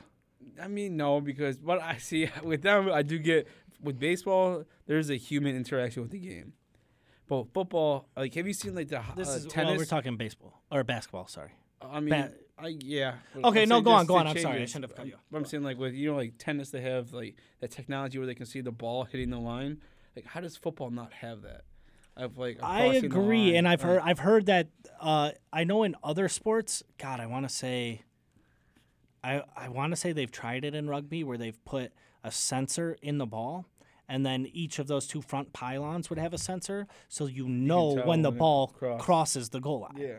Speaker 2: I mean, no, because what I see [LAUGHS] with them, I do get with baseball. There's a human interaction with the game, but football, like, have you seen like the ho-
Speaker 1: This
Speaker 2: uh,
Speaker 1: is well,
Speaker 2: tennis?
Speaker 1: we're talking baseball or basketball, sorry.
Speaker 2: I mean,
Speaker 1: Bat-
Speaker 2: I, yeah. but
Speaker 1: Okay,
Speaker 2: I'm
Speaker 1: no,
Speaker 2: saying
Speaker 1: go on,
Speaker 2: just
Speaker 1: go
Speaker 2: the
Speaker 1: on. I'm sorry, I
Speaker 2: changes.
Speaker 1: shouldn't have cut you off.
Speaker 2: But I'm saying like with you know like tennis, they have like that technology where they can see the ball hitting the line. Like, how does football not have that? I've like of
Speaker 1: I
Speaker 2: crossing the
Speaker 1: agree,
Speaker 2: line,
Speaker 1: and I've
Speaker 2: or-
Speaker 1: heard I've heard that. Uh, I know in other sports, God, I want to say, I I want to say they've tried it in rugby where they've put a sensor in the ball, and then each of those two front pylons would have a sensor, so you know
Speaker 2: tell
Speaker 1: when the
Speaker 2: when it
Speaker 1: ball
Speaker 2: crossed.
Speaker 1: crosses the goal line.
Speaker 2: Yeah.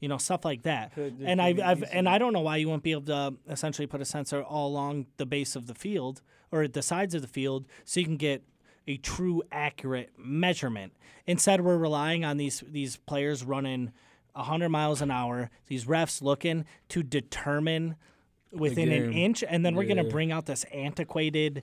Speaker 1: You know stuff like that,
Speaker 2: Could it
Speaker 1: and
Speaker 2: be
Speaker 1: I've, I've and
Speaker 2: easier?
Speaker 1: I don't know why you won't be able to uh, essentially put a sensor all along the base of the field or at the sides of the field, so you can get a true accurate measurement. Instead, we're relying on these these players running 100 miles an hour, these refs looking to determine within an
Speaker 2: game.
Speaker 1: inch, and then we're going
Speaker 2: Yeah.
Speaker 1: to bring out this antiquated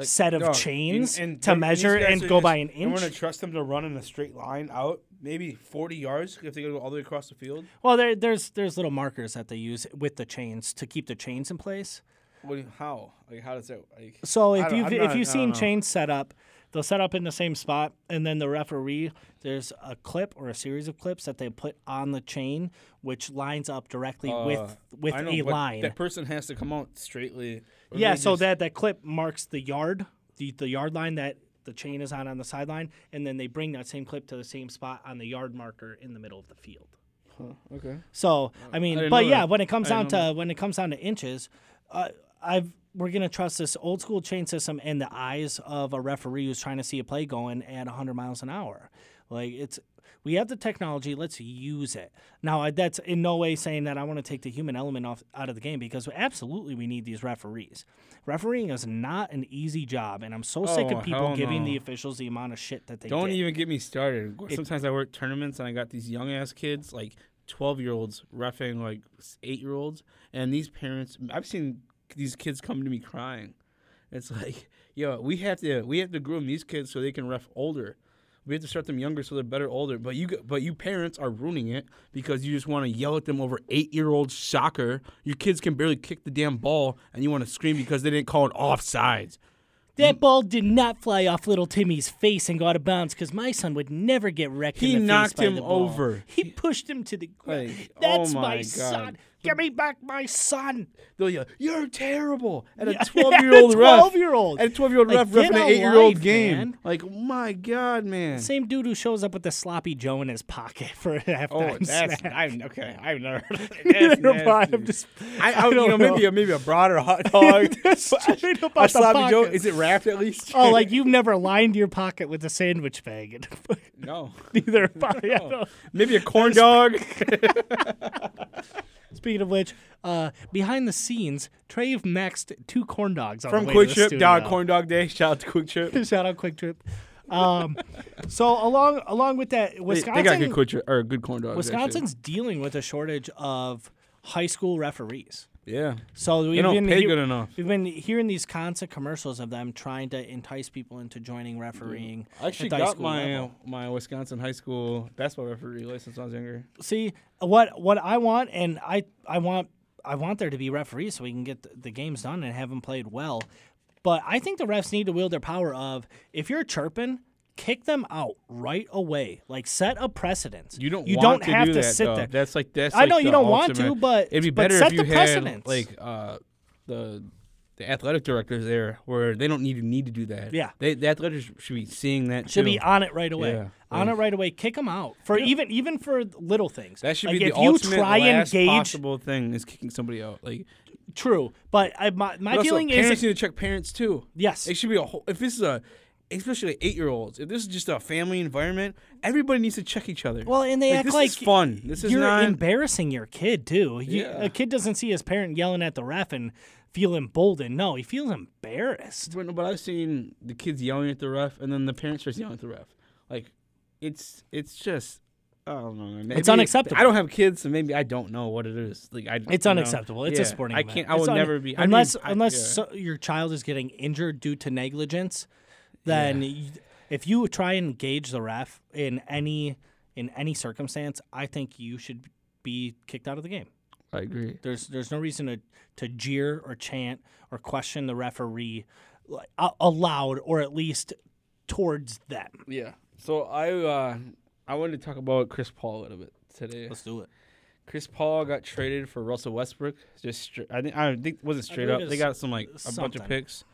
Speaker 1: set of
Speaker 2: No, and-
Speaker 1: chains to
Speaker 3: they-
Speaker 1: measure
Speaker 3: these guys
Speaker 1: and
Speaker 3: are
Speaker 1: go by an
Speaker 3: just- And we're gonna
Speaker 1: inch.
Speaker 3: trust them to run in a straight line out, maybe 40 yards if they go all the way across the field.
Speaker 1: Well, there, there's there's little markers that they use with the chains to keep the chains in place.
Speaker 2: What, do you- how? Like, how does that? Like,
Speaker 1: So if
Speaker 3: don't-
Speaker 1: you've
Speaker 3: I'm
Speaker 1: if
Speaker 3: not-
Speaker 1: you've
Speaker 3: I
Speaker 1: seen
Speaker 3: don't know.
Speaker 1: chains set up, they'll set up in the same spot, and then the referee there's a clip or a series of clips that they put on the chain, which lines up directly
Speaker 2: Uh,
Speaker 1: with with
Speaker 2: I know,
Speaker 1: a
Speaker 2: but
Speaker 1: line.
Speaker 2: That person has to come out straightly. or
Speaker 1: yeah,
Speaker 2: they
Speaker 1: so
Speaker 2: just-
Speaker 1: that that clip marks the yard, the the yard line that the chain is on on the sideline, and then they bring that same clip to the same spot on the yard marker in the middle of the field.
Speaker 2: okay.
Speaker 1: So I mean,
Speaker 2: didn't
Speaker 1: but
Speaker 2: know
Speaker 1: yeah,
Speaker 2: that.
Speaker 1: when it comes
Speaker 2: I
Speaker 1: down
Speaker 2: didn't
Speaker 1: to
Speaker 2: know
Speaker 1: when it comes down to inches, uh, I've we're gonna trust this old school chain system and the eyes of a referee who's trying to see a play going at 100 miles an hour. Like it's we have the technology, let's use it. Now I- that's in no way saying that I want to take the human element off out of the game because absolutely we need these referees. Refereeing is not an easy job, and I'm so sick
Speaker 2: Oh,
Speaker 1: of people
Speaker 2: hell
Speaker 1: giving
Speaker 2: no.
Speaker 1: the officials the amount of shit that they
Speaker 2: Don't
Speaker 1: get.
Speaker 2: even get me started. Sometimes I work tournaments and I got these young ass kids, like twelve year olds, refing like eight year olds, and these parents. I've seen these kids come to me crying. It's [LAUGHS] like, yo, we have to we have to groom these kids so they can ref older. We have to start them younger so they're better older. But you g- but you parents are ruining it because you just want to yell at them over eight year old soccer. Your kids can barely kick the damn ball, and you want to scream because they didn't call it offsides.
Speaker 1: That ball did not fly off little Timmy's face and go out of bounds because my son would never get wrecked.
Speaker 2: He
Speaker 1: in the
Speaker 2: knocked
Speaker 1: face by
Speaker 2: him
Speaker 1: the ball.
Speaker 2: over.
Speaker 1: He pushed him to the ground.
Speaker 2: Like, oh
Speaker 1: That's
Speaker 2: my
Speaker 1: my,
Speaker 2: God.
Speaker 1: son. Give me back my son.
Speaker 2: They'll yell, "You're terrible!" At a
Speaker 1: Yeah, [LAUGHS]
Speaker 2: twelve-year-old ref,
Speaker 1: 12-year-old.
Speaker 2: at a twelve-year-old
Speaker 1: Like,
Speaker 2: ref ref
Speaker 1: get
Speaker 2: an
Speaker 1: a
Speaker 2: eight-year-old
Speaker 1: life,
Speaker 2: game.
Speaker 1: man.
Speaker 2: Like, my God, man!
Speaker 1: Same dude who shows up with the sloppy Joe in his pocket for [LAUGHS] a halftime
Speaker 2: oh, that's
Speaker 1: snack.
Speaker 2: I've, okay. I've never
Speaker 1: [LAUGHS]
Speaker 2: heard of that. That's
Speaker 1: Never mind,
Speaker 2: nasty.
Speaker 1: I'm just,
Speaker 2: I, I,
Speaker 1: I
Speaker 2: you know,
Speaker 1: don't
Speaker 2: maybe
Speaker 1: know.
Speaker 2: a, maybe
Speaker 1: [LAUGHS]
Speaker 2: a broader hot dog.
Speaker 1: Straight up
Speaker 2: a
Speaker 1: out the
Speaker 2: sloppy Joe.
Speaker 1: pocket.
Speaker 2: Is it wrapped at least?
Speaker 1: Oh, like you've never lined your pocket with a sandwich [LAUGHS] bag.
Speaker 2: [LAUGHS] [LAUGHS] no.
Speaker 1: Neither have I. I don't- [LAUGHS]
Speaker 2: Maybe a corn dog.
Speaker 1: Speaking of which, uh, behind the scenes, Trey maxed two corn dogs on
Speaker 2: From
Speaker 1: the way
Speaker 2: Quick
Speaker 1: to the
Speaker 2: Trip, dog
Speaker 1: studio.
Speaker 2: corn dog day. [LAUGHS] Shout out to Quick Trip.
Speaker 1: [LAUGHS] Shout out Quick Trip. Um, so along along with that,
Speaker 2: They,
Speaker 1: Wisconsin
Speaker 2: they got good Quick Trip or good corn dogs. actually.
Speaker 1: Wisconsin's dealing with a shortage of high school referees.
Speaker 2: Yeah.
Speaker 1: So we've
Speaker 2: don't
Speaker 1: been
Speaker 2: pay
Speaker 1: hear-
Speaker 2: good enough.
Speaker 1: We've been hearing these constant commercials of them trying to entice people into joining refereeing.
Speaker 2: I actually
Speaker 1: at the high
Speaker 2: got
Speaker 1: school
Speaker 2: my
Speaker 1: level.
Speaker 2: my Wisconsin high school basketball referee license when I was younger.
Speaker 1: see what what I want, and I I want I want there to be referees so we can get th- the games done and have them played well. But I think the refs need to wield their power of if you're chirping, kick them out right away. Like set a precedent.
Speaker 2: You don't.
Speaker 1: You
Speaker 2: want
Speaker 1: don't
Speaker 2: to
Speaker 1: have
Speaker 2: do
Speaker 1: to
Speaker 2: that,
Speaker 1: sit
Speaker 2: though.
Speaker 1: there.
Speaker 2: That's like that's.
Speaker 1: I
Speaker 2: like
Speaker 1: know you
Speaker 2: the
Speaker 1: don't want
Speaker 2: ultimate-
Speaker 1: to, but-
Speaker 2: it'd be
Speaker 1: but
Speaker 2: better
Speaker 1: set
Speaker 2: if you
Speaker 1: the
Speaker 2: had
Speaker 1: precedents.
Speaker 2: like uh, the the athletic directors there, where they don't need need to do that.
Speaker 1: Yeah.
Speaker 2: they, the athletics should be seeing that.
Speaker 1: Should be
Speaker 2: too.
Speaker 1: on it right away.
Speaker 2: Yeah,
Speaker 1: on it
Speaker 2: like-
Speaker 1: right away. Kick them out for even even for little things.
Speaker 2: That should
Speaker 1: like
Speaker 2: be
Speaker 1: if
Speaker 2: the
Speaker 1: you
Speaker 2: ultimate
Speaker 1: try
Speaker 2: last
Speaker 1: and gauge.
Speaker 2: possible thing is kicking somebody out. Like
Speaker 1: True, but I, my my
Speaker 2: but also,
Speaker 1: feeling
Speaker 2: parents
Speaker 1: is
Speaker 2: need to check parents too.
Speaker 1: Yes.
Speaker 2: it should be a whole. If this is a, especially eight year olds, if this is just a family environment, everybody needs to check each other.
Speaker 1: Well, and they act
Speaker 2: this
Speaker 1: like
Speaker 2: is fun. This is
Speaker 1: you're
Speaker 2: not.
Speaker 1: embarrassing your kid too. You-
Speaker 2: Yeah.
Speaker 1: A kid doesn't see his parent yelling at the ref and feel emboldened. No, he feels embarrassed.
Speaker 2: But, but I've seen the kids yelling at the ref, and then the parents starts yelling at the ref. Like, it's it's just I don't know. man. Maybe-
Speaker 1: unacceptable.
Speaker 2: I don't have kids, so maybe I don't know what it is. Like, I
Speaker 1: It's
Speaker 2: you know,
Speaker 1: unacceptable. It's a
Speaker 2: yeah,
Speaker 1: sporting.
Speaker 2: I
Speaker 1: event.
Speaker 2: can't. I
Speaker 1: It's
Speaker 2: will
Speaker 1: un-
Speaker 2: never be I mean,
Speaker 1: unless
Speaker 2: I-
Speaker 1: unless
Speaker 2: yeah.
Speaker 1: so, your child is getting injured due to negligence. Then y if you try and gauge the ref in any in any circumstance, I think you should be kicked out of the game.
Speaker 2: I agree.
Speaker 1: There's there's no reason to, to jeer or chant or question the referee li- a- aloud or at least towards them.
Speaker 2: Yeah. So I uh, I wanted to talk about Chris Paul a little bit today.
Speaker 1: Let's do it.
Speaker 2: Chris Paul got traded for Russell Westbrook. Just stra- I think I think wasn't straight
Speaker 1: believe
Speaker 2: up.
Speaker 1: it
Speaker 2: They
Speaker 1: is
Speaker 2: got some like a bunch
Speaker 1: something.
Speaker 2: of picks.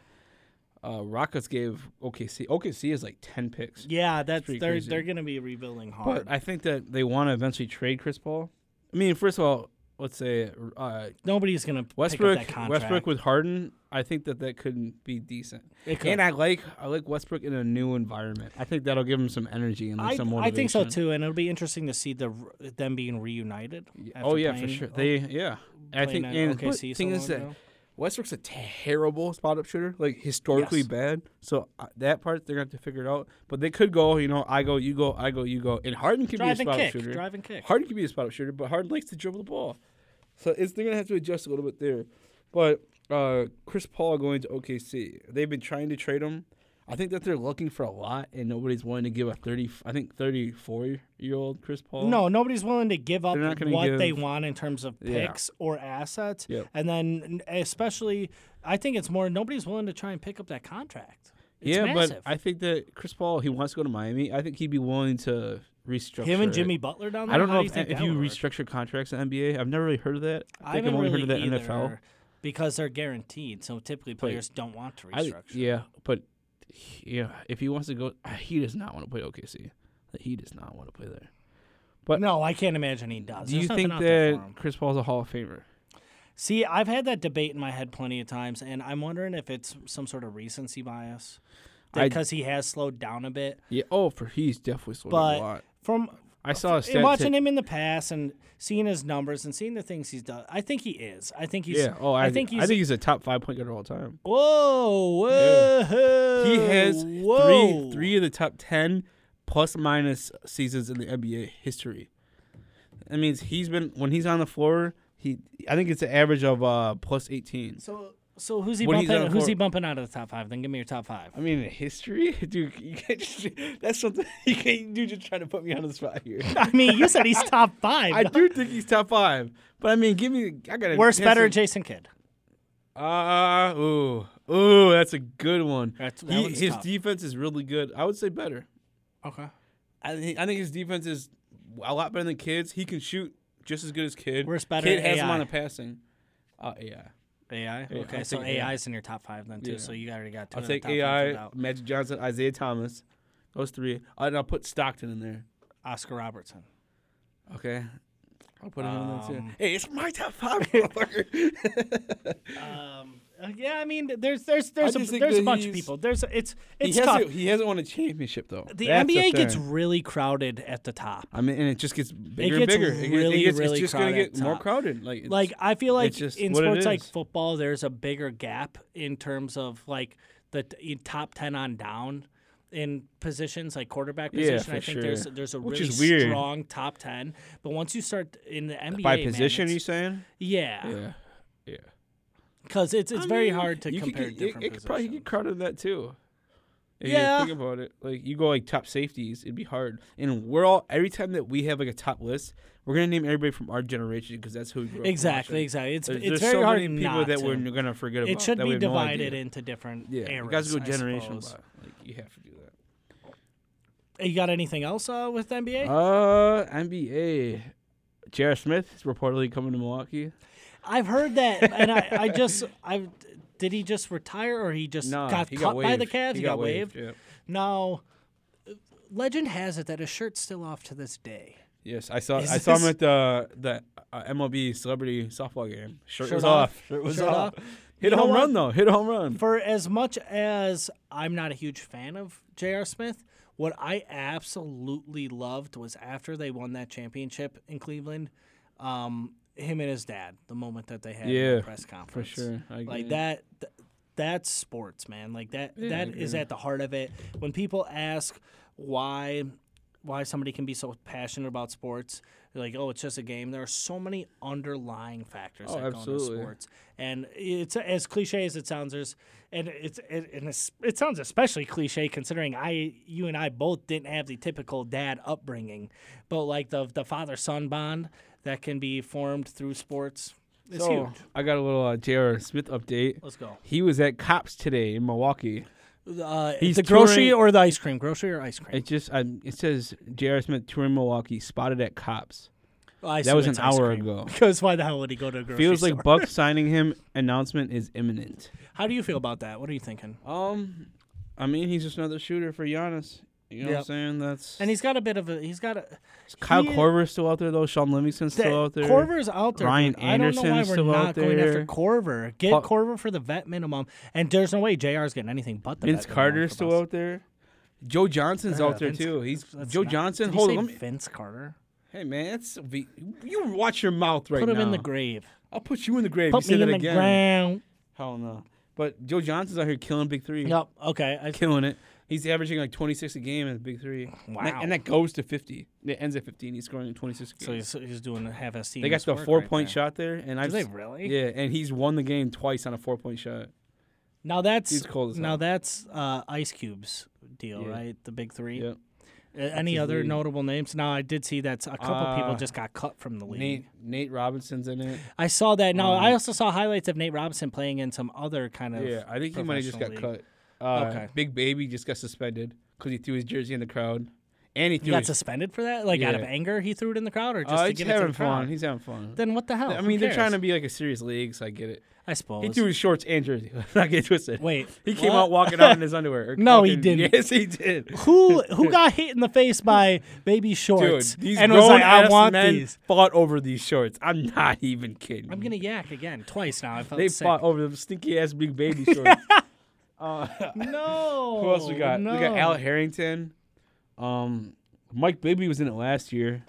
Speaker 2: Uh, Rockets gave OKC. OKC is like ten picks.
Speaker 1: Yeah, that's
Speaker 2: pretty
Speaker 1: they're
Speaker 2: crazy.
Speaker 1: they're gonna be rebuilding hard.
Speaker 2: But I think that they want to eventually trade Chris Paul. I mean, first of all, let's say uh,
Speaker 1: Nobody's gonna
Speaker 2: Westbrook.
Speaker 1: pick up that contract.
Speaker 2: Westbrook with Harden. I think that that could be decent.
Speaker 1: It could.
Speaker 2: And I like I like Westbrook in a new environment. I think that'll give him some energy and like,
Speaker 1: I,
Speaker 2: some
Speaker 1: I
Speaker 2: motivation.
Speaker 1: think so too, and it'll be interesting to see the r- them being reunited.
Speaker 2: Oh
Speaker 1: after
Speaker 2: yeah, for
Speaker 1: playing-
Speaker 2: sure.
Speaker 1: oh,
Speaker 2: They yeah. I
Speaker 1: playing
Speaker 2: think
Speaker 1: at
Speaker 2: and
Speaker 1: OKC
Speaker 2: the
Speaker 1: so
Speaker 2: thing
Speaker 1: long
Speaker 2: is that
Speaker 1: ago.
Speaker 2: Westbrook's a terrible spot up shooter, like historically
Speaker 1: Yes.
Speaker 2: bad. So uh, that part they're gonna have to figure it out. But they could go, you know, I go, you go, I go, you go, and Harden could
Speaker 1: drive
Speaker 2: be a
Speaker 1: and
Speaker 2: spot up
Speaker 1: kick,
Speaker 2: shooter.
Speaker 1: drive and kick.
Speaker 2: Harden can be a spot up shooter, but Harden likes to dribble the ball. So it's, they're gonna have to adjust a little bit there. But uh, Chris Paul going to OKC, they've been trying to trade him. I think that they're looking for a lot, and nobody's willing to give a thirty. I think thirty-four year old Chris Paul.
Speaker 1: No, nobody's willing to give up
Speaker 2: They're not gonna
Speaker 1: what they
Speaker 2: give-
Speaker 1: want in terms of
Speaker 2: Yeah.
Speaker 1: picks or assets,
Speaker 2: Yep.
Speaker 1: and then especially, I think it's more nobody's willing to try and pick up that contract. It's
Speaker 2: yeah,
Speaker 1: massive.
Speaker 2: but I think that Chris Paul, he wants to go to Miami. I think he'd be willing to restructure.
Speaker 1: him and
Speaker 2: it.
Speaker 1: Jimmy Butler down there.
Speaker 2: I don't
Speaker 1: how
Speaker 2: know
Speaker 1: do
Speaker 2: if,
Speaker 1: think
Speaker 2: if
Speaker 1: that
Speaker 2: you
Speaker 1: would work?
Speaker 2: restructure contracts in NBA. I've never really heard of
Speaker 1: I
Speaker 2: that. I think I've
Speaker 1: haven't
Speaker 2: only
Speaker 1: really
Speaker 2: heard of that in
Speaker 1: either,
Speaker 2: NFL.
Speaker 1: because they're guaranteed. So typically players don't want to
Speaker 2: I-
Speaker 1: restructure.
Speaker 2: yeah, but he- yeah, if he wants to go, uh, he does not want to play OKC. He does not want to play there. but-
Speaker 1: no, I can't imagine he does.
Speaker 2: Do you
Speaker 1: There's nothing
Speaker 2: think
Speaker 1: out there
Speaker 2: that
Speaker 1: for him.
Speaker 2: Chris Paul's a Hall of Famer?
Speaker 1: See, I've had that debate in my head plenty of times, and I'm wondering if it's some sort of recency bias
Speaker 2: I-
Speaker 1: because he has slowed down a bit.
Speaker 2: Yeah. Oh, for he's definitely slowed down a
Speaker 1: But
Speaker 2: lot.
Speaker 1: from
Speaker 2: I saw a
Speaker 1: and
Speaker 2: stat.
Speaker 1: watching
Speaker 2: today-
Speaker 1: him in the past and seeing his numbers and seeing the things he's done, I think he is. I think he's.
Speaker 2: yeah. Oh, I,
Speaker 1: think he's.
Speaker 2: I think he's a top five point guard of all time.
Speaker 1: whoa, whoa.
Speaker 2: He has
Speaker 1: Uh, whoa.
Speaker 2: three three of the top ten plus minus seasons in the NBA history. That means he's been when he's on the floor. He I think it's an average of uh, plus eighteen.
Speaker 1: So, so who's he
Speaker 2: When he's on
Speaker 1: bumping?
Speaker 2: the
Speaker 1: Who's
Speaker 2: court.
Speaker 1: he bumping out of the top five? Then give me your top five. [LAUGHS]
Speaker 2: I mean, in history, [LAUGHS] dude. You can't just, that's something [LAUGHS] you can't do. Just trying to put me on the spot here.
Speaker 1: I mean, you said he's top five.
Speaker 2: [LAUGHS] I do think he's top five, but I mean, give me. I got
Speaker 1: Worse, better, Jason Kidd.
Speaker 2: Ah, ooh, ooh, that's a good one.
Speaker 1: That's- that
Speaker 2: He-
Speaker 1: one's
Speaker 2: his
Speaker 1: tough.
Speaker 2: defense is really good. I would say better.
Speaker 1: Okay.
Speaker 2: I think, I think his defense is a lot better than kids. He can shoot just as good as kid.
Speaker 1: Worse, better,
Speaker 2: Kid has him
Speaker 1: AI.
Speaker 2: on the passing. Uh, AI.
Speaker 1: AI.
Speaker 2: Yeah,
Speaker 1: Okay,
Speaker 2: I
Speaker 1: so
Speaker 2: think AI.
Speaker 1: AI's in your top five then too.
Speaker 2: Yeah.
Speaker 1: So you already got two.
Speaker 2: I'll
Speaker 1: of the
Speaker 2: take
Speaker 1: top five figured
Speaker 2: AI,
Speaker 1: out.
Speaker 2: Magic Johnson, Isaiah Thomas. Those three. Uh, and I'll put Stockton in there.
Speaker 1: Oscar Robertson.
Speaker 2: Okay. I'll put him in there too.
Speaker 1: Um,
Speaker 2: Hey, it's my top [LAUGHS] five. motherfucker.
Speaker 1: Um, uh, yeah, I mean, there's there's there's a,
Speaker 2: just think
Speaker 1: there's a
Speaker 2: that
Speaker 1: bunch of
Speaker 2: he's-
Speaker 1: people. There's it's
Speaker 2: he,
Speaker 1: it's tough.
Speaker 2: hasn't, he hasn't won a championship, though.
Speaker 1: The
Speaker 2: That's
Speaker 1: NBA gets
Speaker 2: thing.
Speaker 1: really crowded at the top.
Speaker 2: I mean, and it just gets bigger
Speaker 1: gets
Speaker 2: and bigger. It gets-
Speaker 1: really,
Speaker 2: it gets,
Speaker 1: really
Speaker 2: it's just going
Speaker 1: crowded
Speaker 2: to
Speaker 1: at
Speaker 2: get more
Speaker 1: top.
Speaker 2: crowded. Like, it's-
Speaker 1: Like I feel like
Speaker 2: it's just
Speaker 1: in
Speaker 2: what it
Speaker 1: sports like
Speaker 2: is.
Speaker 1: football, there's a bigger gap in terms of like the t- in top ten on down in positions like quarterback
Speaker 2: Yeah,
Speaker 1: position.
Speaker 2: for
Speaker 1: I think there's
Speaker 2: sure.
Speaker 1: there's a
Speaker 2: Which
Speaker 1: really
Speaker 2: is weird.
Speaker 1: strong top ten, but once you start in the NBA
Speaker 2: by
Speaker 1: man,
Speaker 2: position, you
Speaker 1: it's-
Speaker 2: saying?
Speaker 1: yeah,
Speaker 2: Yeah. Ah. Yeah.
Speaker 1: because it's it's
Speaker 2: I
Speaker 1: very
Speaker 2: mean,
Speaker 1: hard to
Speaker 2: you could
Speaker 1: compare
Speaker 2: get-
Speaker 1: different
Speaker 2: it, it could probably
Speaker 1: positions.
Speaker 2: get crowded in that too. If yeah.
Speaker 1: Yeah.
Speaker 2: You think about it. Like you go like top safeties, it'd be hard. And we're all every time that we have like a top list, we're gonna name everybody from our generation because that's who we grew up
Speaker 1: Exactly,
Speaker 2: watching.
Speaker 1: exactly. It's
Speaker 2: There's,
Speaker 1: it's
Speaker 2: there's
Speaker 1: very
Speaker 2: so
Speaker 1: hard
Speaker 2: many people
Speaker 1: not
Speaker 2: that
Speaker 1: to.
Speaker 2: we're gonna forget about.
Speaker 1: it should
Speaker 2: that we
Speaker 1: be
Speaker 2: have no
Speaker 1: divided
Speaker 2: idea.
Speaker 1: into different
Speaker 2: Yeah,
Speaker 1: eras.
Speaker 2: you guys go
Speaker 1: I
Speaker 2: generation by.
Speaker 1: suppose.
Speaker 2: Like you have to do that.
Speaker 1: You got anything else uh, with NBA?
Speaker 2: Uh, NBA. J.R. Smith is reportedly coming to Milwaukee.
Speaker 1: I've heard that, and I, I just [LAUGHS] I did he just retire or he just
Speaker 2: No,
Speaker 1: got
Speaker 2: he
Speaker 1: cut
Speaker 2: got
Speaker 1: by the
Speaker 2: waived.
Speaker 1: Cavs?
Speaker 2: He got waived,
Speaker 1: Now, legend has it that his shirt's still off to this day.
Speaker 2: Yes, I saw.
Speaker 1: Is
Speaker 2: I saw him
Speaker 1: this-
Speaker 2: at the the uh, MLB celebrity softball game. Shirt,
Speaker 1: Shirt
Speaker 2: was
Speaker 1: off.
Speaker 2: off. Shirt was
Speaker 1: Shirt
Speaker 2: off.
Speaker 1: off. You
Speaker 2: Hit a
Speaker 1: know
Speaker 2: home
Speaker 1: what?
Speaker 2: run though. Hit a home run.
Speaker 1: For as much as I'm not a huge fan of J.R. Smith, what I absolutely loved was after they won that championship in Cleveland, um, him and his dad, the moment that they had in
Speaker 2: Yeah,
Speaker 1: the press
Speaker 2: For
Speaker 1: conference.
Speaker 2: sure. I
Speaker 1: Like
Speaker 2: agree.
Speaker 1: that, th- that's sports, man. Like that, that is at the heart of it. When people ask why, why somebody can be so passionate about sports, they're like, oh, it's just a game. There are so many underlying factors
Speaker 2: Oh,
Speaker 1: that go
Speaker 2: absolutely.
Speaker 1: into sports, and it's as cliche as it sounds. There's, and it's it, and it's, it sounds especially cliche considering I, you and I both didn't have the typical dad upbringing, but like the the father son bond that can be formed through sports. It's
Speaker 2: So,
Speaker 1: huge.
Speaker 2: I got a little uh, J.R. Smith update.
Speaker 1: Let's go.
Speaker 2: He was at Cops today in Milwaukee.
Speaker 1: Uh,
Speaker 2: He's
Speaker 1: the grocery
Speaker 2: touring-
Speaker 1: or the ice cream? Grocery or ice cream?
Speaker 2: It just i it says J.R. Smith touring Milwaukee spotted at Cops.
Speaker 1: Well, Oh, I
Speaker 2: that
Speaker 1: assume
Speaker 2: was an
Speaker 1: it's ice
Speaker 2: hour
Speaker 1: cream. [LAUGHS]
Speaker 2: ago.
Speaker 1: Because why the hell would he go to a grocery
Speaker 2: Feels like
Speaker 1: store? [LAUGHS]
Speaker 2: Buck signing him. Announcement is imminent.
Speaker 1: How do you feel about that? What are you thinking?
Speaker 2: Um, I mean he's just another shooter for Giannis. You know what I'm
Speaker 1: Yep.
Speaker 2: saying? That's
Speaker 1: And he's got a bit of a. He's got a.
Speaker 2: Kyle
Speaker 1: he-
Speaker 2: Korver's still out there though. Sean Livingston's still
Speaker 1: that-
Speaker 2: out there.
Speaker 1: Corver's out there.
Speaker 2: Ryan
Speaker 1: dude. I don't know why
Speaker 2: Anderson's
Speaker 1: we're
Speaker 2: still
Speaker 1: not
Speaker 2: out
Speaker 1: going after
Speaker 2: there.
Speaker 1: Corver. Get
Speaker 2: Paul-
Speaker 1: Corver for the vet minimum. And there's no way JR's getting anything but the
Speaker 2: Vince
Speaker 1: vet minimum
Speaker 2: Carter's
Speaker 1: from
Speaker 2: still
Speaker 1: us.
Speaker 2: out there. Joe Johnson's
Speaker 1: Yeah,
Speaker 2: out there
Speaker 1: Uh, Vince-
Speaker 2: too. He's
Speaker 1: That's
Speaker 2: Joe
Speaker 1: not-
Speaker 2: Johnson.
Speaker 1: Did he
Speaker 2: Hold
Speaker 1: say
Speaker 2: on. let me-
Speaker 1: Vince Carter.
Speaker 2: Hey man, that's V- you watch your mouth right
Speaker 1: Put him
Speaker 2: now.
Speaker 1: in the grave.
Speaker 2: I'll put you in the grave.
Speaker 1: Put
Speaker 2: you say
Speaker 1: me
Speaker 2: that
Speaker 1: in the
Speaker 2: again.
Speaker 1: ground.
Speaker 2: Hell no. But Joe Johnson's out here killing big three.
Speaker 1: Yep. Okay. I,
Speaker 2: Killing it. He's averaging like 26 a game in the big three. And that-
Speaker 1: Wow.
Speaker 2: And that goes to 50. It ends at 15. He's scoring 26 a
Speaker 1: so
Speaker 2: game.
Speaker 1: he's, he's doing half ass team.
Speaker 2: they got the four point shot there, and I
Speaker 1: Do they really?
Speaker 2: yeah, and he's won the game twice on a four point shot.
Speaker 1: Now that's
Speaker 2: He's cold as
Speaker 1: now
Speaker 2: hell.
Speaker 1: that's uh, Ice Cube's deal,
Speaker 2: Yeah.
Speaker 1: right? The big three.
Speaker 2: Yep.
Speaker 1: Uh, any
Speaker 2: his
Speaker 1: other
Speaker 2: league.
Speaker 1: notable names? Now I did see that a couple people
Speaker 2: Uh,
Speaker 1: just got cut from the league.
Speaker 2: Nate Nate Robinson's in it.
Speaker 1: I saw that. Now I
Speaker 2: um,
Speaker 1: also saw highlights of Nate Robinson playing in some other kind of.
Speaker 2: Yeah, I think he might have just got
Speaker 1: professional
Speaker 2: cut. Uh,
Speaker 1: Okay.
Speaker 2: Big Baby just got suspended because he threw his jersey in the crowd, and he
Speaker 1: He
Speaker 2: threw.
Speaker 1: got
Speaker 2: his,
Speaker 1: suspended for that, like out of
Speaker 2: Yeah.
Speaker 1: anger, he threw it in the crowd, or just
Speaker 2: Uh,
Speaker 1: to
Speaker 2: he's
Speaker 1: get it to
Speaker 2: having
Speaker 1: the
Speaker 2: fun.
Speaker 1: crowd.
Speaker 2: He's having fun.
Speaker 1: Then what the hell?
Speaker 2: I mean, they're trying to be like a serious league, so I get it.
Speaker 1: I suppose.
Speaker 2: He threw his shorts and jersey. [LAUGHS] Let's Not get twisted.
Speaker 1: Wait,
Speaker 2: He came
Speaker 1: what?
Speaker 2: out walking out
Speaker 1: [LAUGHS]
Speaker 2: in his underwear. or
Speaker 1: No, he
Speaker 2: walking-
Speaker 1: didn't.
Speaker 2: [LAUGHS] Yes, he did.
Speaker 1: who
Speaker 2: [LAUGHS]
Speaker 1: who got hit in the face by baby
Speaker 2: Dude,
Speaker 1: shorts
Speaker 2: these
Speaker 1: and
Speaker 2: grown
Speaker 1: was like, "I
Speaker 2: ass
Speaker 1: want
Speaker 2: men
Speaker 1: these."
Speaker 2: fought over these shorts. I'm not even kidding.
Speaker 1: I'm gonna yak again twice now. I felt
Speaker 2: They
Speaker 1: sick.
Speaker 2: fought over them stinky ass big baby shorts. uh,
Speaker 1: [LAUGHS] No.
Speaker 2: Who else we got?
Speaker 1: Oh, No.
Speaker 2: We got Al Harrington. Um, Mike Bibby was in it last year.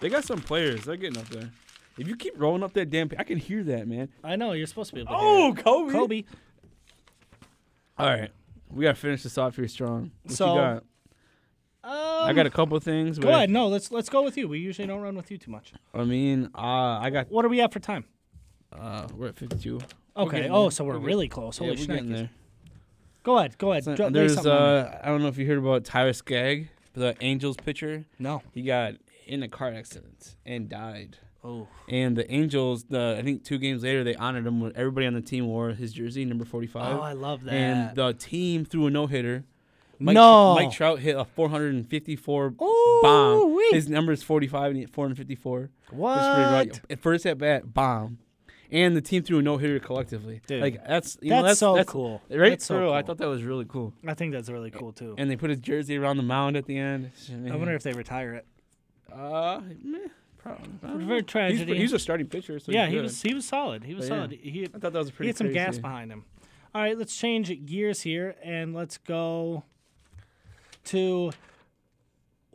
Speaker 2: They got some players. They're getting up there. If you keep rolling up that damn, p- I can hear that, man.
Speaker 1: I know you're supposed to be able to.
Speaker 2: Oh, Kobe.
Speaker 1: Kobe.
Speaker 2: All right, we gotta finish this off here strong. What
Speaker 1: So,
Speaker 2: you got? I got a couple things.
Speaker 1: Um, Go
Speaker 2: but-
Speaker 1: ahead. No, let's let's go with you. We usually don't run with you too much.
Speaker 2: I mean, uh, I got.
Speaker 1: What are we at for time?
Speaker 2: Uh, we're at fifty-two.
Speaker 1: Okay.
Speaker 2: getting
Speaker 1: oh,
Speaker 2: there.
Speaker 1: so we're
Speaker 2: We're get-
Speaker 1: really close.
Speaker 2: yeah,
Speaker 1: Holy
Speaker 2: we're
Speaker 1: shnikes.
Speaker 2: getting there.
Speaker 1: Go ahead. Go ahead.
Speaker 2: So,
Speaker 1: Dro- lay
Speaker 2: there's.
Speaker 1: something on me.
Speaker 2: Uh, I don't know if you heard about Tyrus Gagg, the Angels pitcher.
Speaker 1: no.
Speaker 2: He got in a car accident and died.
Speaker 1: Oh.
Speaker 2: And the Angels, the I think two games later, they honored him. When everybody on the team wore his jersey, number forty-five.
Speaker 1: Oh, I love that.
Speaker 2: and the team threw a no hitter. Mike,
Speaker 1: No.
Speaker 2: Mike Trout hit a 454 bomb.
Speaker 1: Ooh-wee.
Speaker 2: His number is 45 and he hit 454. That's pretty
Speaker 1: what?
Speaker 2: right. At First at bat, bomb. And the team threw a no hitter collectively.
Speaker 1: Dude.
Speaker 2: like that's you know,
Speaker 1: That's,
Speaker 2: that's
Speaker 1: so
Speaker 2: that's-
Speaker 1: cool.
Speaker 2: Right
Speaker 1: That's so
Speaker 2: through, I
Speaker 1: cool.
Speaker 2: thought that was really cool.
Speaker 1: I think that's really cool too.
Speaker 2: And they put his jersey around the mound at the end.
Speaker 1: I wonder if they retire it.
Speaker 2: Uh, meh, probably. I don't know.
Speaker 1: Very
Speaker 2: He's,
Speaker 1: tragedy.
Speaker 2: he's a starting pitcher, so
Speaker 1: yeah,
Speaker 2: he's
Speaker 1: he
Speaker 2: good.
Speaker 1: was he was solid. He was
Speaker 2: But yeah.
Speaker 1: solid. He
Speaker 2: I thought that was
Speaker 1: he
Speaker 2: pretty.
Speaker 1: had some gas
Speaker 2: crazy.
Speaker 1: behind him. All right, let's change gears here and let's go to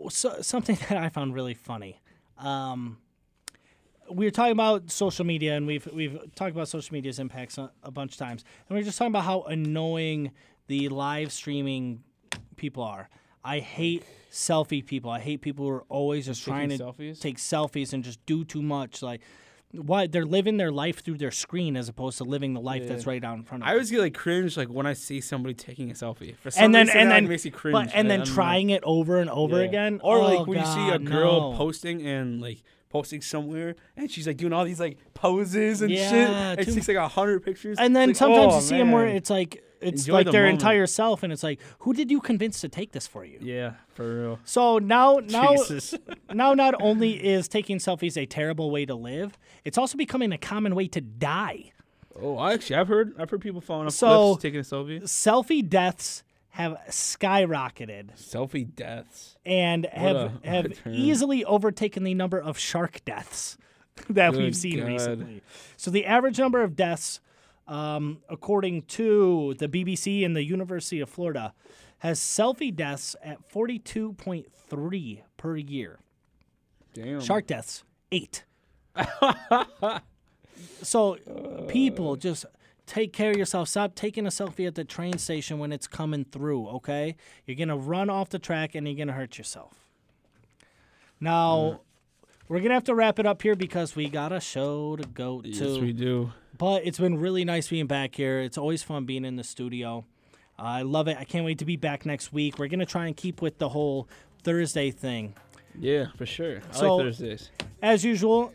Speaker 1: so, something [LAUGHS] that I found really funny. Um, we were talking about social media, and we've we've talked about social media's impacts a, a bunch of times, and we are just talking about how annoying the live streaming people are. I hate selfie people. I hate people who are always just
Speaker 2: Taking
Speaker 1: trying to
Speaker 2: selfies?
Speaker 1: take selfies and just do too much. Like, why they're living their life through their screen as opposed to living the life that's right out in front of
Speaker 2: I
Speaker 1: them.
Speaker 2: always get like cringe like when I see somebody taking a selfie. For some
Speaker 1: and then
Speaker 2: reason,
Speaker 1: and
Speaker 2: that, like,
Speaker 1: then
Speaker 2: makes you cringe.
Speaker 1: but, and
Speaker 2: I-
Speaker 1: then
Speaker 2: I'm like-
Speaker 1: trying it over and over
Speaker 2: Yeah.
Speaker 1: again.
Speaker 2: Or like
Speaker 1: Oh,
Speaker 2: when you see a
Speaker 1: God,
Speaker 2: girl
Speaker 1: no.
Speaker 2: posting and like posting somewhere and she's like doing all these like poses and shit
Speaker 1: Yeah,
Speaker 2: and
Speaker 1: too.
Speaker 2: she takes like a hundred pictures.
Speaker 1: And then
Speaker 2: It's like,
Speaker 1: sometimes
Speaker 2: oh,
Speaker 1: you see them where
Speaker 2: man.
Speaker 1: it's like it's
Speaker 2: Enjoy
Speaker 1: like
Speaker 2: the
Speaker 1: their
Speaker 2: moment.
Speaker 1: entire self, and it's like, who did you convince to take this for you?
Speaker 2: Yeah, for real.
Speaker 1: So now, now,
Speaker 2: [LAUGHS] Jesus.
Speaker 1: [LAUGHS] now, not only is taking selfies a terrible way to live, it's also becoming a common way to die.
Speaker 2: Oh, I actually I've heard I've heard people falling off
Speaker 1: So-
Speaker 2: cliffs taking a selfie.
Speaker 1: Selfie deaths have skyrocketed
Speaker 2: Selfie deaths.
Speaker 1: and have
Speaker 2: a-
Speaker 1: have
Speaker 2: what a-
Speaker 1: easily overtaken the number of shark deaths [LAUGHS] that we've
Speaker 2: Good
Speaker 1: seen
Speaker 2: God.
Speaker 1: recently. So the average number of deaths, um, according to the BBC and the University of Florida, has selfie deaths at forty two point three per year.
Speaker 2: Damn.
Speaker 1: Shark deaths, eight. [LAUGHS] so
Speaker 2: Uh.
Speaker 1: people just take care of yourself. Stop taking a selfie at the train station when it's coming through, okay? You're gonna run off the track and you're gonna hurt yourself. Now
Speaker 2: Mm.
Speaker 1: we're gonna have to wrap it up here because we got a show to go to.
Speaker 2: Yes, we do.
Speaker 1: But it's been really nice being back here. It's always fun being in the studio. I love it. I can't wait to be back next week. We're gonna try and keep with the whole Thursday thing.
Speaker 2: Yeah, for sure. I
Speaker 1: So-
Speaker 2: like Thursdays.
Speaker 1: As usual,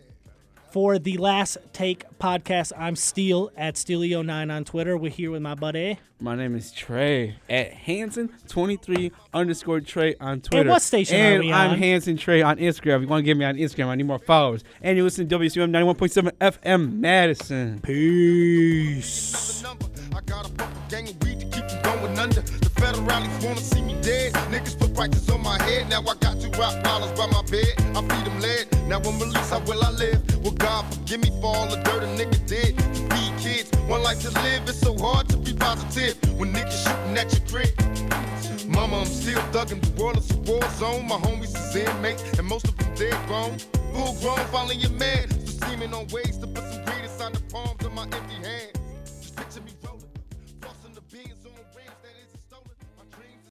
Speaker 1: for the Last Take podcast, I'm Steel at Steelio9 on Twitter. We're here with my buddy.
Speaker 2: My name is Trey at Hanson23 underscore Trey on Twitter.
Speaker 1: what station are
Speaker 2: And
Speaker 1: we
Speaker 2: I'm
Speaker 1: on?
Speaker 2: Hanson Trey on Instagram. If you want to get me on Instagram, I need more followers. And you listen to WCM 91.7 FM Madison.
Speaker 1: Peace.
Speaker 4: number. I got a fucking gang of weed to keep from going under. The federalists wanna see me dead. Niggas put prices on my head. Now I got two rock dollars by my bed. I feed them lead. Now I'm released. How will I live? Will God forgive me for all the dirt a nigga did? To feed kids, one life to live. It's so hard to be positive when niggas shooting at your crib. Mama, I'm still thugging. The world is a war zone. My homies is inmates, and most of them dead grown. Full grown, finally a man. So scheming on ways to put some greed inside the palms.